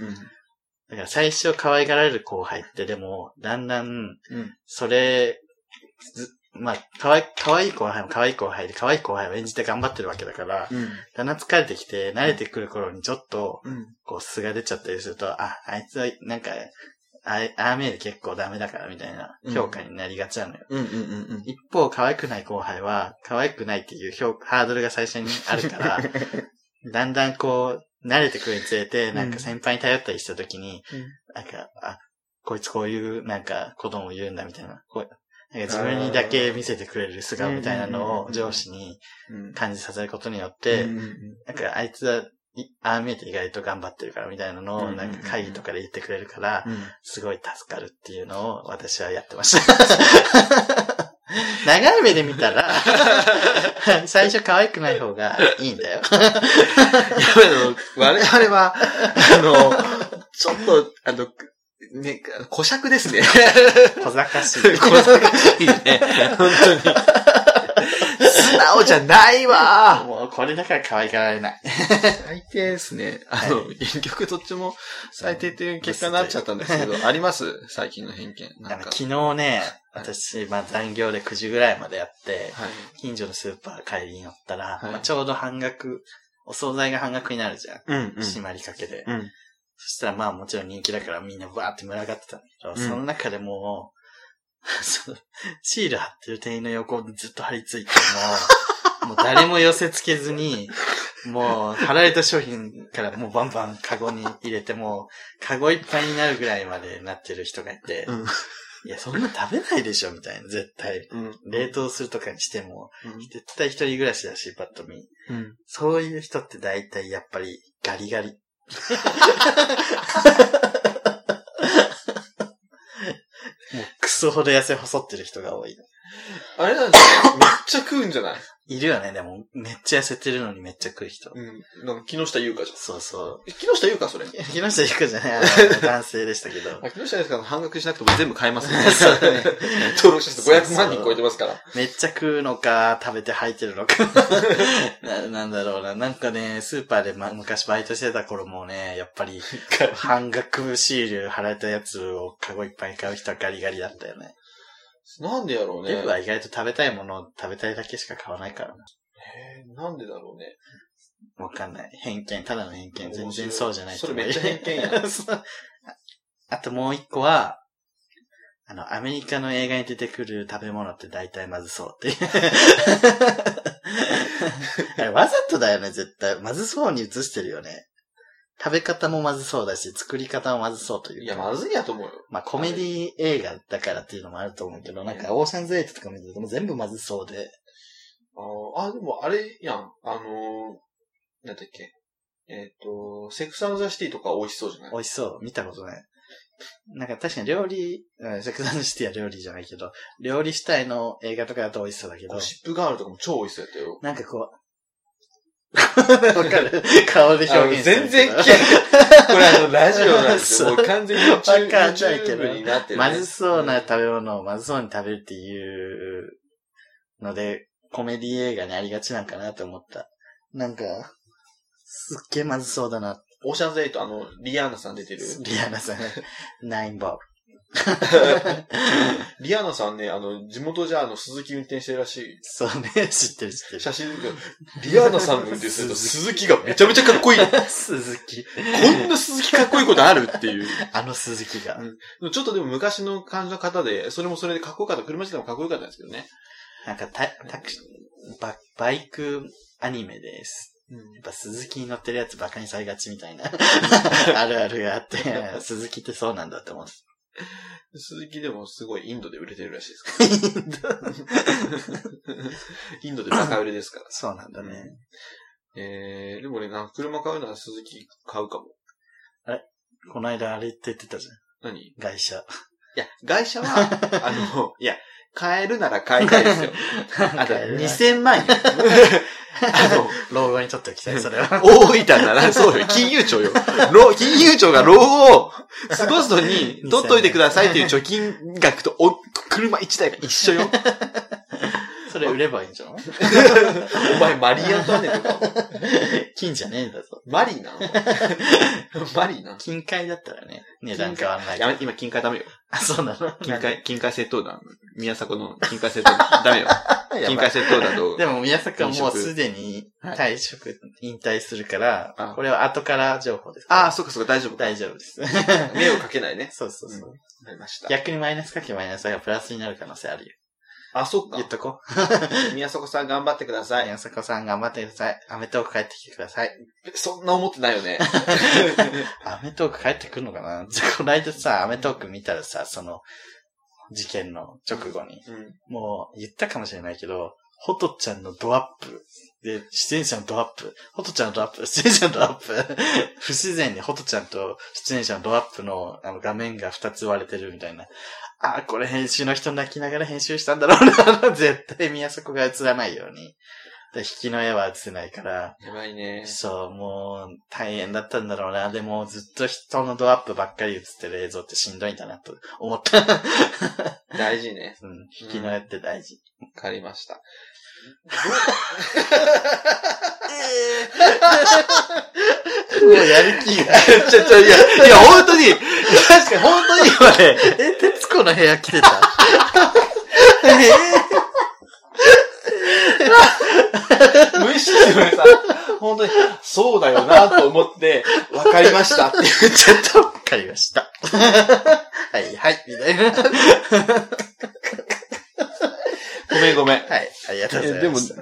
B: だから最初可愛がられる後輩ってでも、だんだん、
A: うん
B: それ、ずまあ、可愛い、可愛い後輩も可愛い後輩で、可愛い後輩を演じて頑張ってるわけだから、
A: うん
B: だんだん疲れてきて、慣れてくる頃にちょっと、
A: うん
B: こう、素が出ちゃったりすると、あ、あいつは、なんか、あい、ああ見えて結構ダメだからみたいな評価になりがちなのよ。
A: うんうんうん
B: 一方、可愛くない後輩は、可愛くないっていう評ハードルが最初にある から、だんだんこう、慣れてくるにつれて、なんか先輩に頼ったりした時に、
A: うん
B: なんか、あ、こいつこういう、なんか、ことも言うんだみたいな、こうなんか自分にだけ見せてくれる素顔みたいなの
A: あ
B: を
A: ー
B: 上司に
A: うん。
B: 感じさせることによって、
A: うんうん
B: なんかあいつはいああ見えて意外と頑張ってるからみたいなの
A: うんうん
B: を、
A: うんう
B: なんんか会議とかで言ってくれるから、
A: うん。
B: すごい助かるっていうのを私はやってました。 長い目で見たら、 最初可愛くない方がいいん
A: い
B: だよ。
A: や、 あの、我々は、あの、ちょっと、あの、ね、古尺ですね。
B: 小賢しい。
A: 小賢しいね。本当に。素直じゃないわ
B: もうこれだから可愛がられない。
A: 最低ですね。あの、結局どっちも最低という結果になっちゃったんですけど、あります最近の偏見。
B: あ
A: なん
B: の
A: か。
B: 昨日ね、
A: はい
B: 私、まあ残業で9時ぐらいまでやって、
A: はい。
B: 近所のスーパー帰りに寄ったら、
A: はい
B: まあ、ちょうど半額、お惣菜が半額になるじゃん。
A: うん、うん。
B: 締まりかけで。
A: うん。
B: そしたらまあもちろん人気だからみんなバーって群がってたんだけど、
A: ん
B: その中でもう、 そのシール貼ってる店員の横にずっと貼り付いても、もう誰も寄せ付け ずに、もう貼られた商品からもうバンバンカゴに入れてもう、カゴいっぱいになるぐらいまでなってる人がいて、
A: うん
B: いや、そんな食べないでしょ、みたいな、絶対。
A: うん。
B: 冷凍するとかにしても、
A: うん
B: 絶対一人暮らしだし、パッと見。
A: うん。
B: そういう人って大体やっぱりガリガリ。もうクソほど痩せ細ってる人が多い。
A: あれなんですよ。めっちゃ食うんじゃない
B: いるよね、でも。めっちゃ痩せてるのにめっちゃ食う人。
A: うん。なんか木下優香じゃん。
B: そうそう。
A: え木下優香それ。あ
B: 木下ゆくじゃないあの男性でしたけど。
A: 木下優香の半額しなくても全部買えますね
B: そうだね
A: 登録者数500万人超えてますから。
B: めっちゃ食うのか、食べて吐いてるのか。ななんだろうな。なんかね、スーパーで、ま、昔バイトしてた頃もね、やっぱり、半額シール貼られたやつをカゴいっぱい買う人はガリガリだったよね。
A: なんでやろうね。
B: デブは意外と食べたいものを食べたいだけしか買わないからな。
A: えーなんでだろうね。
B: わかんない。偏見、ただの偏見。全
A: 面白い
B: 然そうじゃない
A: それめっちゃ偏見や
B: そうあ あともう一個は、あの、アメリカの映画に出てくる食べ物って大体まずそう っていう。あれわざとだよね、絶対。まずそうに映してるよね。食べ方もまずそうだし、作り方もまずそうというか。
A: いや、まずいやと思うよ。
B: まあコメディ映画だからっていうのもあると思うけど、なんかオーシャンズエイトとか見てるともう全部まずそうで。
A: あーあ、でもあれやん。あのー、なんだっけ。えっ、と、セックスアンドザシティとか美味しそうじゃない
B: 美味しそう。見たことない。なんか確かに料理、うん、セクザンシティは料理じゃないけど、料理主体の映画とかだと美味しそうだけど
A: ゴ、シップガールとかも超美味しそうやったよ。
B: なんかこう、わ かる顔で
A: あの
B: 表現してるけど。
A: 消えない これあの、ラジオなんですよ。
B: そう
A: もう完全に YouTube,
B: わかんないけど
A: YouTube になってる、
B: まずそうな
A: 食
B: 食べ物をまずそうに食べるっていうので、コメディ映画にありがちなんかなと思った。なんか、すっげえまずそうだな。
A: オーシャンズエイト、あの、リアーナさん出 てる。
B: リアナさん。ナインボール。
A: リアーナさんね、あの、地元じゃあの、鈴木運転してるらしい。
B: そうね、知ってる知 ってる。
A: 写真で、リアーナさんの運転すると鈴木がめちゃめちゃかっこいい。こ
B: 鈴木。
A: んな鈴木かっこいいことあるっていう。
B: あの鈴木が。
A: ちょっとでも昔の感じの方で、それもそれでかっこよかった。車自体もかっこよかったんですけどね。
B: なんかタ、タクシー、バ、バイクアニメです。やっぱ鈴木に乗ってるやつバカにされがちみたいな、あるあるがあって、鈴木ってそうなんだって思う。
A: 鈴木でもすごいインドで売れてるらしいですか
B: イン ド
A: ら。インドでバカ売れですから。
B: そうなんだね。
A: えー、でもね、なんか車買うなら鈴木買うかも。
B: この間あれって言ってたじゃん。
A: 何い
B: 外車。
A: や、外車は、あの、いや、買えるなら買いたいですよ。あと、2000万円。 あの、
B: 老後に取っておきたい、それは。
A: 大分なら、そうよ、 金融庁よ。老金融庁が老後を過ごすのに、取 っといてくださいっていう貯金額とお、車1台が一緒 よ。
B: それ売ればいいんじゃん
A: お前、マリーアントワネットか。
B: 金じゃねえんだぞ。
A: マリ ーなのマリーなの
B: 金塊だったらね、値段変わんないけど
A: や。め、今、金塊ダメよ。
B: あ、そうなの
A: 金塊、金塊窃盗団。宮迫の金塊窃盗団。 ダメよ。
B: 塊
A: 金塊窃盗団と。
B: でも宮坂はもうすでに退職、引退するから、
A: あ
B: これは後から情報です。
A: ああ、そっかそっか、大丈夫。
B: 大丈夫です。
A: 目をかけないね。
B: そうそうそう。
A: なりました。
B: 逆にマイナス書けマイナスがプラスになる可能性あるよ。
A: あ、そっか
B: 言っ。とこ
A: 宮迫さん頑張ってくだ
B: う。
A: さい。
B: 宮坂さん頑張ってください。アメトーーク帰ってきてください。
A: そんな思ってないよね。
B: アメトーーク帰ってくるのかな この間さ、アメトーーク見たらさ、その、事件の直後に、
A: うん。
B: もう言ったかもしれないけど、ホトちゃんのドアップ。で、出演者のドアップ。ホトちゃんのドアップ。出演者のドアップ。 不自然にホトちゃんと出演者のドアップのあの画面が2つ割れてるみたいな。あー、これ編集の人泣きながら編集したんだろうな。 絶対宮迫が映らないように。で引きの絵は映せないから。
A: やばいね。
B: そう、もう、大変だったんだろうな。でも、ずっと人のドアップばっかり映ってる映像ってしんどいんだな、と思った。
A: 大事ね。
B: うん、引きの絵って大事。
A: わかりました。
B: もうやる気が。
A: ちょ、ちょ、いや、いや、本当に、確かに本当に、
B: え、徹子の部屋来てた
A: 無意識でさ、本当に、そうだよなと思って、わかりましたって言っちゃっ
B: わかりました。はい、はい、みたいな。はい、
A: た。ごめんごめん。
B: ありがとうございます。
A: えでも
E: そ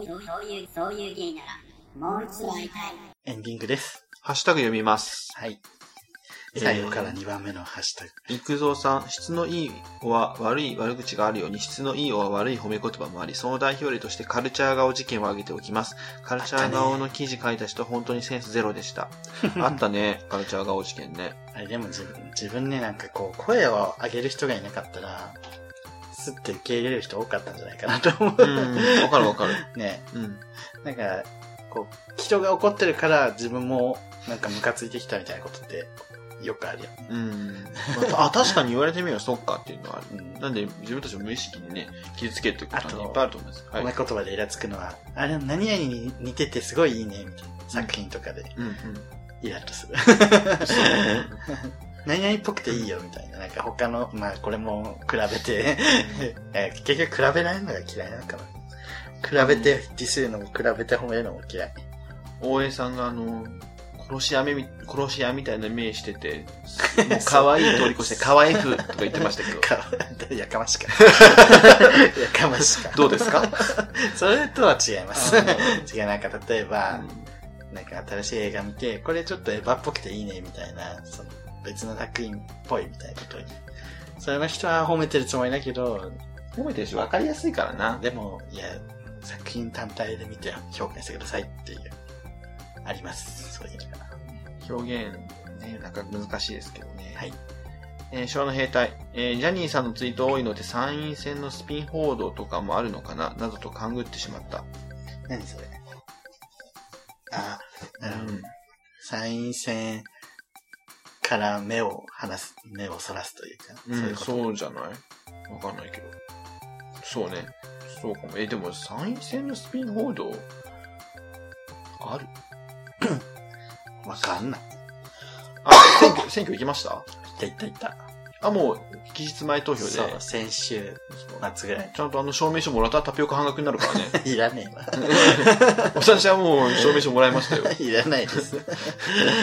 E: ういう、そういう、そういう芸なら、もう一度会いたい。
B: エンディングです。
A: ハッシュタグ読みます。
B: はい。
A: えー
B: 最後から2番目のハッシュタグ。
A: 育三さん、質のいい子は悪い悪口があるように、質のいい子は悪い褒め言葉もあり、その代表例としてカルチャー顔事件を挙げておきます。カルチャー顔の記事書いた人、本当にセンスゼロで した。あったね、カルチャー顔事件ね。
B: あれでも自分、自分ね、なんかこう、声を上げる人がいなかったら、すって受け入れる人多かったんじゃないかなと思う。
A: うん、わかるわかる。
B: ね
A: うん。
B: なんか、こう、人が怒ってるから自分もなんかムカついてきたみたいなことってよくあるよ。
A: うん。またあ、確かに言われてみればそっかっていうのはある。
B: うん
A: なんで、自分たちも無意識にね、傷つけてることはねいっぱいあると思います。
B: 褒
A: は
B: め
A: い。
B: 言葉でイラつくのは、あれ、何々に似ててすごいいいね、みたいな作品とかで
A: うんうん。
B: イラッとする。 何々っぽくていいよ、みたいな。なんか他の、まあこれも比べて えー、結局比べられるのが嫌いなのかな。比べてディスるのも比べて褒めるのも嫌い。
A: 大江さんがあの、殺し屋み、殺し屋みたいな目してて、もう可愛い通り越して可愛い風とか言ってましたけど。
B: か、やかま しか。やかましか。
A: どうですか
B: それとは違います。
A: あ
B: 違う、なんか例えば、なんか新しい映画見て、これちょっとエヴァっぽくていいね、みたいな、その別の作品っぽいみたいなことに。それの人は褒めてるつもりだけど、
A: 褒めてるし、わかりやすいからな。
B: でも、いや、作品単体で見て評価してくださいっていう、あります。そういうのかな。
A: 表現、ね、なんか難しいですけどね。
B: はい。
A: えー昭和の兵隊、えージャニーさんのツイート多いので参院選のスピン報道とかもあるのかななどと勘ぐってしまった。
B: 何それあ、なるほ
A: う
B: ど。
A: ん
B: 参院選から目を離す、目をそらすというか、
A: うん、
B: いうこと
A: そうじゃないわかんないけど。そうね。そうかも。え、でも参院選のスピン報道、ある
B: わかんない。
A: あ、 選挙、選挙行きました
B: いったいったいった。
A: あ、もう、期日前投票で。
B: そう、先週末ぐらい。
A: ちゃんとあの証明書もらったらタピオカ半額になるからね。
B: いらねえわ。
A: 私はもう証明書もらいましたよ。
B: いらないです。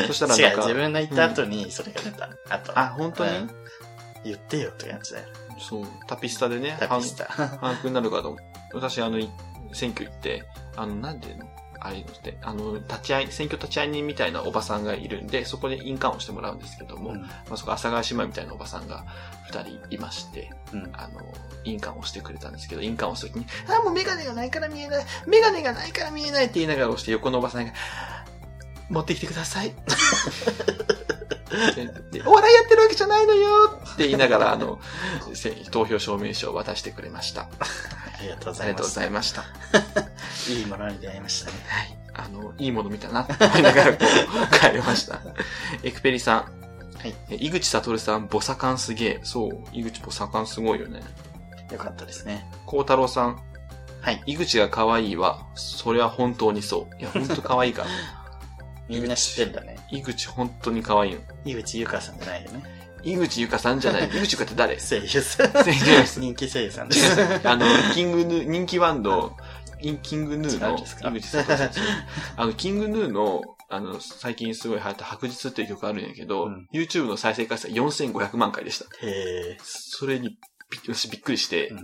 A: そしたら
B: 違
A: な、
B: うん
A: か
B: 自分が言った後にそれが出た。あと、
A: あ、本当に、
B: うん言ってよって感じだよ。
A: そう。タピスタでね、
B: タピス タ。
A: 半半額になるからと思う。私、あの、い選挙行って、あの、なんていうのあれって、あの、立ち会い、選挙立ち会い人みたいなおばさんがいるんで、そこで印鑑をしてもらうんですけども、
B: うん
A: まあ、そこ、阿佐ヶ谷姉妹みたいなおばさんが二人いまして、
B: うん
A: あの、印鑑をしてくれたんですけど、印鑑を押すときに、あー、もうメガネがないから見えない、メガネがないから見えないって言いながら押して、横のおばさんが、持ってきてください。ででお笑いやってるわけじゃないのよって言いながら、あの、せ投票証明書を渡してくれました。
B: ありがとうご
A: あ
B: ざ
A: り
B: い
A: が
B: ま
A: とうご
B: す。
A: ざいました。
B: いいものに出会いましたね。
A: はい。あの、いいもの見たなって思いながら、こう、帰りま した。エクペリさん。
B: はい
A: え。井口悟さん、ボサカンすげえ。そう。井口ボサカンすごいよね。
B: よかったですね。
A: 孝太郎さん。
B: はい。
A: 井口が可愛いは、それは本当にそう。いや、本当可愛い から。
B: みんな知ってんだね。
A: 井口本当に可愛いの。
B: 井口優香さんじゃないよね。
A: 井口ゆかさんじ ゃない。井口ゆかって誰
B: 声優さん。
A: 声優です
B: 人気声優さんです。
A: あの、キングヌー、人気バンド、インキングヌー
B: 違う
A: の、
B: んですか
A: 井口悟さんですよ。あの、キングヌーの、あの、最近すごい流行った白日っていう曲あるんやけど、
B: うん
A: YouTube の再生回数は4500万回でした。
B: へ
A: それにびっ、私びっくりして、
B: うん
A: え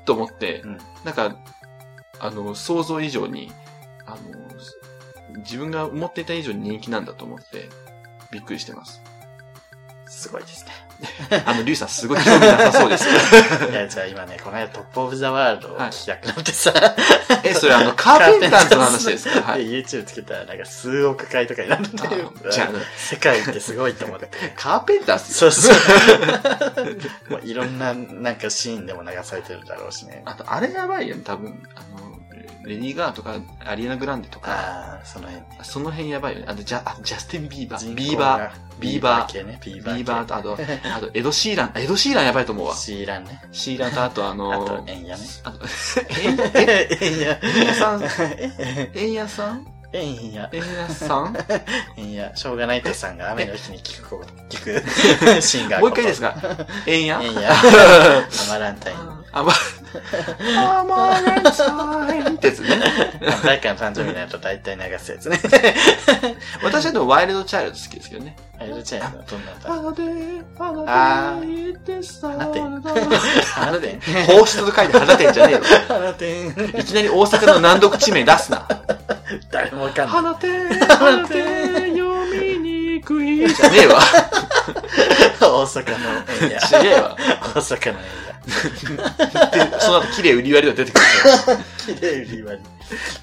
A: っと思って、
B: うん
A: なんか、あの、想像以上に、あの、自分 が思っていた以上に人気なんだと思って、びっくりしてます。
B: ー、すごいですね。
A: あの、リュウさんすごい興味なさそうです。
B: いや、じゃあ今ね、この間トップオブザワールドを
A: はい
B: 企画なんてさ、
A: え、それあの、カーペンターズの話ですかは
B: はい。
A: い。
B: YouTube つけたらなんか数億回とかになるんだ よ
A: あ。じゃあ
B: 世界ってすごいと思 って。
A: カーペンターズ
B: そう そう。もういろんな、なんかシーンでも流されてるだろうしね。
A: あと、あれやばいよね、多分。あの、レディー・ガーとか、アリアナ・グランデとか、
B: ああ、その辺。
A: その辺やばいよね。あと、ジャあジャスティン・ビーバ
B: 人
A: ー、
B: 口
A: ビー
B: が
A: バー、ビーバー、
B: 系ね。ビ
A: ビ
B: ーバー系。
A: ーバーと、あと、あと、エド・シーラン、あエド・シーランやばいと思うわ。
B: シーランね。
A: シーランと、あと、あ
B: あと
A: の、、
B: エンヤね。
A: あと、 エ
B: エンヤ。
A: ンヤさん、
B: え
A: エンヤさん
B: えんや、
A: エンヤさん
B: えんや、しょうがないとさんが雨の日に聞くこと、 聞くシーンが。
A: もう一回ですかエンヤ
B: えんや、アマランタイン。
A: あま、あまねさんってやつね。
B: 誰かの誕生日になると大体流す やつね。
A: 私はでもワイルドチャイルド好きですけどね。
B: アイルチェーンのどんなんだ
A: 花で、
B: あ
A: 花で
B: ー
A: 言ってさ
B: 花店
A: 花店放出と書いて花店じゃねえよ。
B: 花店。
A: いきなり大阪の難読地名出すな。
B: 誰もわかんない。
A: 花店、花店、読みにくい。じゃねえわ。
B: 大阪のえんや。
A: 違えわ。
B: 大阪のえんや。
A: で、その後綺麗売り割りは出てくる。
B: 綺麗売り割り。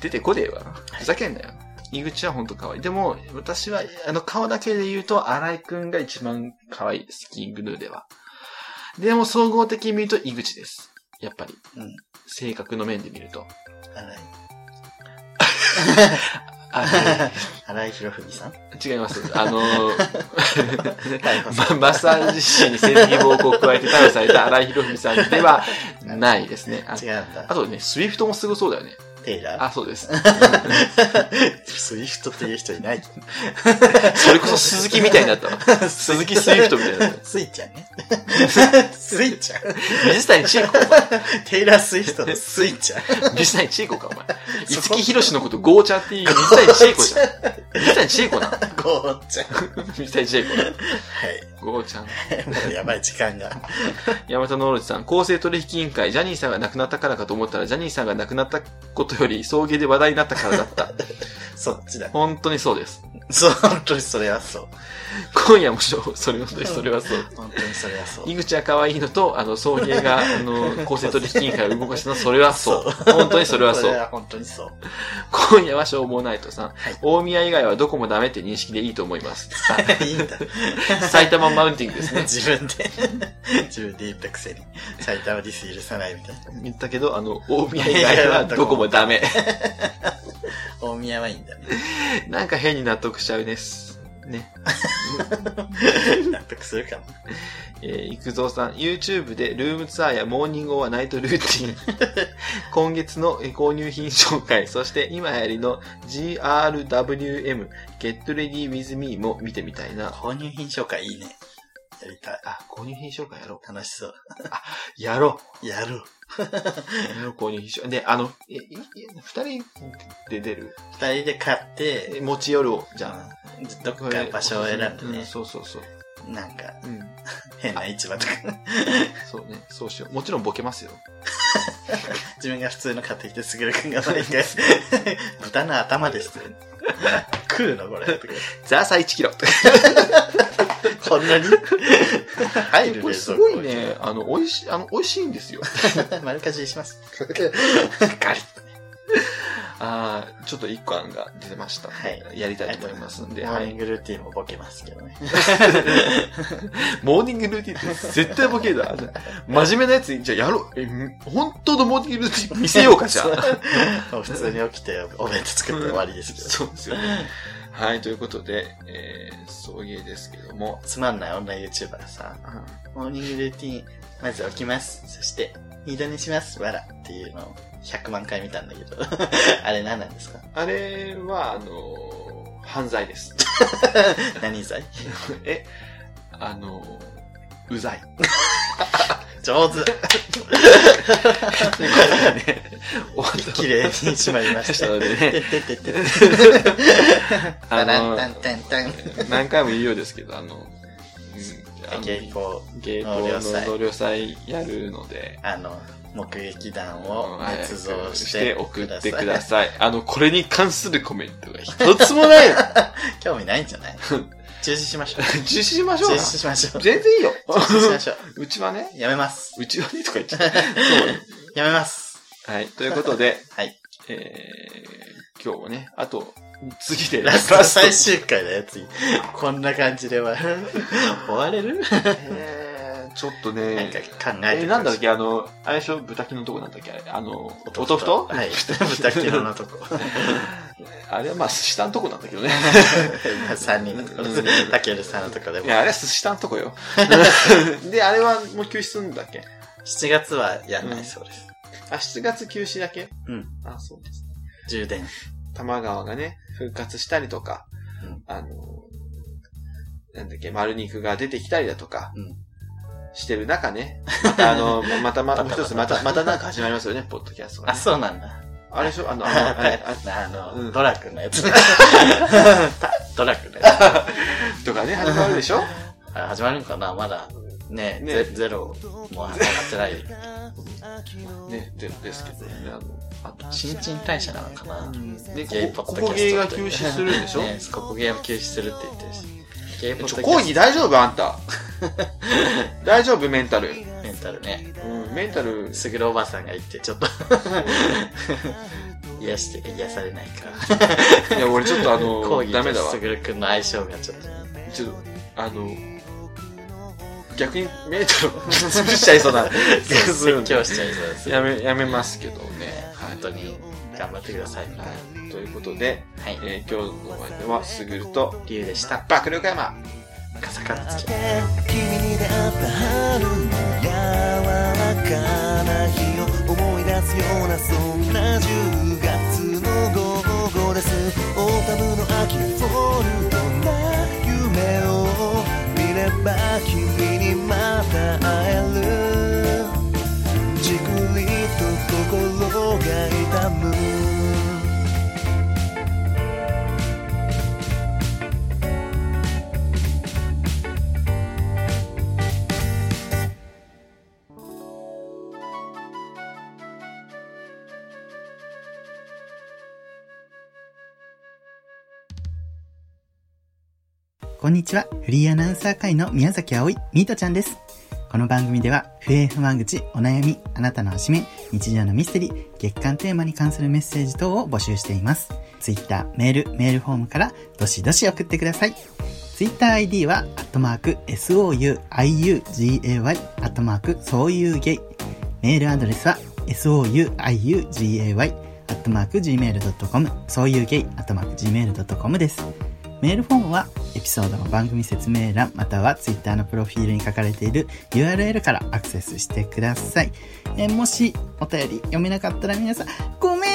A: 出てこねえわ。ふざけんなよ。井口はほんと可愛い。でも、私は、あの、顔だけで言うと、荒井くんが一番可愛いです。キングヌーでは。でも、総合的に見ると井口です。やっぱり。
B: うん
A: 性格の面で見ると。
B: 荒井。
A: あ
B: 荒井博文さん
A: 違います。 あの
B: 逮捕さ
A: ま、 マッサージ師に性的暴行を加えて逮捕された荒井博文さんで はないですね。あ
B: 違うん
A: あ
B: だ。
A: とね、スウィフトもすごそうだよね。
B: テイラー
A: あ、そうです。
B: スイフトっていう人いないけど。
A: それこそ鈴木みたいになったわ。鈴木スウィフトみたいになった。
B: スイちゃんね。スイちゃん。
A: 水谷千恵子
B: テイラー・スウィフトのスイちゃん。
A: 水谷千恵子か、お前。
B: そ
A: 五
B: こ
A: 木ひろしのことゴーチャっていう水谷千恵子じゃん。水谷千恵子な。
B: ゴーちゃん。は
A: 水谷千恵子
B: い。
A: ゴーちゃん。
B: もうやばい時間が。
A: 山田のおさん、公正取引委員会、ジャニーさんが亡くなったからかと思ったら、ジャニーさんが亡くなったことより、送迎で話題になったからだった。
B: そっちだ。
A: 本当にそうです。
B: そう、本当にそれはそう。
A: 今夜もそう、それ本当にそれはそう。
B: 本当にそれはそう。
A: 井口は可愛いのと、あの、送迎が、あ の、公正取引委員会を動かしたの、それはそう。本当にそれはそ
B: それ
A: う。
B: は本当にそう。
A: 今夜はしょうもないとさん、
B: い
A: 大宮以外はどこもダメって認識でいいと思います。さ
B: いいんだ。
A: 埼玉マウンティングですね。
B: 自分で、自分で言ったくせに、埼玉ディス許さないみたいな。
A: 言ったけど、あの、大宮以外はどこも ダメ。
B: 大宮はいいんだね。
A: なんか変に納得しちゃうです。ね。
B: 納得するかも。
A: えー、育三さん、YouTube でルームツアーやモーニングオアナイトルーティン、 今月のえー購入品紹介、そして今やりの GRWM、Get Ready With Me も見てみたいな。
B: 購入品紹介いいね。やりたい。
A: あ、購入品紹介やろ
B: 楽しそう。
A: う。やろ
B: やろう。
A: う。やろう、購入品紹介。で、あの、え、いい二人で出る
B: 二人で買っ
A: え
B: て、
A: 持ち寄るを、じゃあ。
B: うんどっか場所を選んで
A: うん
B: ね、
A: そうそうそう。
B: なんか
A: うん。
B: 変な市場とか、
A: そうね、そうしよう。もちろんボケますよ。
B: 自分が普通の買ってきて、すぐるくんが毎 回、豚の頭ですよ。食うのこれ。 とか
A: ザーサイ1キロ。
B: こんなに入 る
A: こ
B: 冷蔵庫
A: れすごいね、あの、美味しい、あの、美味しいんですよ。
B: 丸かじりします。
A: ガリッとね。あーちょっと一個案が出てました。
B: はい
A: やりたいと思いますんで、
B: モ
A: は
B: ーニン
A: い。
B: グルーティンもボケますけどね。
A: モーニングルーティンって絶対ボケだ。真面目なやつに、じゃあやろう。え、本当のモーニングルーティン見せようか、じゃあ。
B: もう普通に起きてお弁当作って終わりですけど。
A: そうですよね。はい、ということで、えー、送迎ですけども、
B: つまんない女 YouTuber がさ、モーニングルーティン、まず起きます。そして、二度寝します。わら。っていうのを100万回見たんだけど。 あれ何なんですか
A: あれは、あのー犯罪です。
B: 何罪
A: え、あのーうざい。
B: 上手。
A: ということでね、おわ
B: 綺麗に締まりま
A: りま
B: し
A: したた。ので
B: て
A: ね、
B: ってってって。
A: あ
B: タ
A: の
B: ランタンタンタ ン。
A: 何回も言うようですけど、あの、うんあの
B: 結構、
A: 芸
B: 納涼
A: の
B: 祭
A: 同僚祭やるので、
B: あの、目撃談を
A: はい
B: 捏造し
A: して
B: て
A: 送ってく
B: い
A: だ さい。あの、これに関するコメントが一つもないの
B: 興味ないんじゃない中止しましょう。
A: 中止しましょ
B: 中
A: う
B: 止
A: な
B: しましょう。中
A: 全然いいよ。
B: 止しましょ
A: うちはね、
B: う。やめます。
A: うちはねとか言っちゃった。そうね
B: やめます。
A: はい。ということで、
B: はい。
A: えー、今日もね、あと、次で
B: ラスト最終回だよ、次。こんな感じでは 終われる
A: えーちょっと
B: なん
A: ね
B: か、考え
A: え
B: て
A: ー、なんだっけ、あの、あれでしょ、豚キノのとこなんだっけ、あれ、あの、お豆腐と
B: はい。豚キノのとこ。
A: あれはまあ、寿司たんとこなんだ けどね。
B: 3人のところ
A: う
B: で
A: ん
B: たけるさんのところで
A: い
B: も。
A: や、あれは寿司たんとこ よ。で、あれはもう休止するんだっけ
B: 7月はやんないそうです。
A: あ、7月休止だけ
B: うん。
A: あ、そうです。
B: 充電。
A: 多摩川がね、復活したりとか、
B: うん
A: あの、なんだっけ、丸肉が出てきたりだとか、
B: うん
A: してる中ね、またあ の、またま、も
B: バ
A: う
B: タバタ
A: 一つ、また、またなんか始まりますよね、ポッドキャストが、
B: あ、
A: ね。
B: そうなんだ。
A: あれでしょあの、あの、あれ、あ
B: あ
A: う
B: の、
A: ん
B: ドラクのや つ。ドラクのやつ。
A: とかね、始まる でしょ
B: あ始まるんかなまだ。ね
A: ね
B: ゼゼロも始まってない。
A: ね、でですけどね、あの、あと、
B: 新陳代謝なのかな
A: ね、
B: ゲイポ
A: こここ
B: ッド
A: こ
B: キャ
A: 芸
B: スト
A: が
B: って
A: 休止するんでしょ、
B: ねここゲーム休止するって言ってるし。ゲイポッ
A: ち
B: ド
A: ょ、
B: キ
A: 講
B: ャス
A: 義大丈夫あん た。大丈夫メンタル。
B: トメンタルね。
A: うん、メンタ ル、
B: すぐるおばあさんが言って、ちょっ と癒して、癒されないから。
A: いや、俺ちょっとあ
B: 講
A: の、
B: 義
A: ダメだ
B: と
A: わ
B: す。ぐるくんの相性がちょっと。
A: ちょっと、あの、逆にメートルを潰しちゃい そうな気がする
B: 説
A: んで
B: 教しちゃ いそうで す。
A: やめ、やめますけどね。は。
B: 本当に頑張ってください。はい
A: ということで、
B: い。
A: えー今日のお相手は、すぐると、
B: 理由でした。
A: 爆力山。
B: カサカサつき。
F: 君に出会った春の柔らかな日を思い出すようなそんな10月の午後ですオータムの秋フォルトな夢を見れば君にまた会えるじくりと心が痛む
C: こんにちは。フリーアナウンサー会の宮崎葵、ミートちゃんです。この番組では、不平不満口、お悩み、あなたのおしめ、日常のミステリー、月間テーマに関するメッセージ等を募集しています。ツイッター、メール、メールフォームから、どしどし送ってください。ツイッター ID は、アットマーク、souiugay、アットマーク、そういうゲイ。メールアドレスは、souiugay、アットマーク、gmail.com、そういうゲイ、アットマーク、gmail.com です。メールフォームはエピソードの番組説明欄または Twitter のプロフィールに書かれている URL からアクセスしてください。えーもしお便り読めなかったら皆さんごめん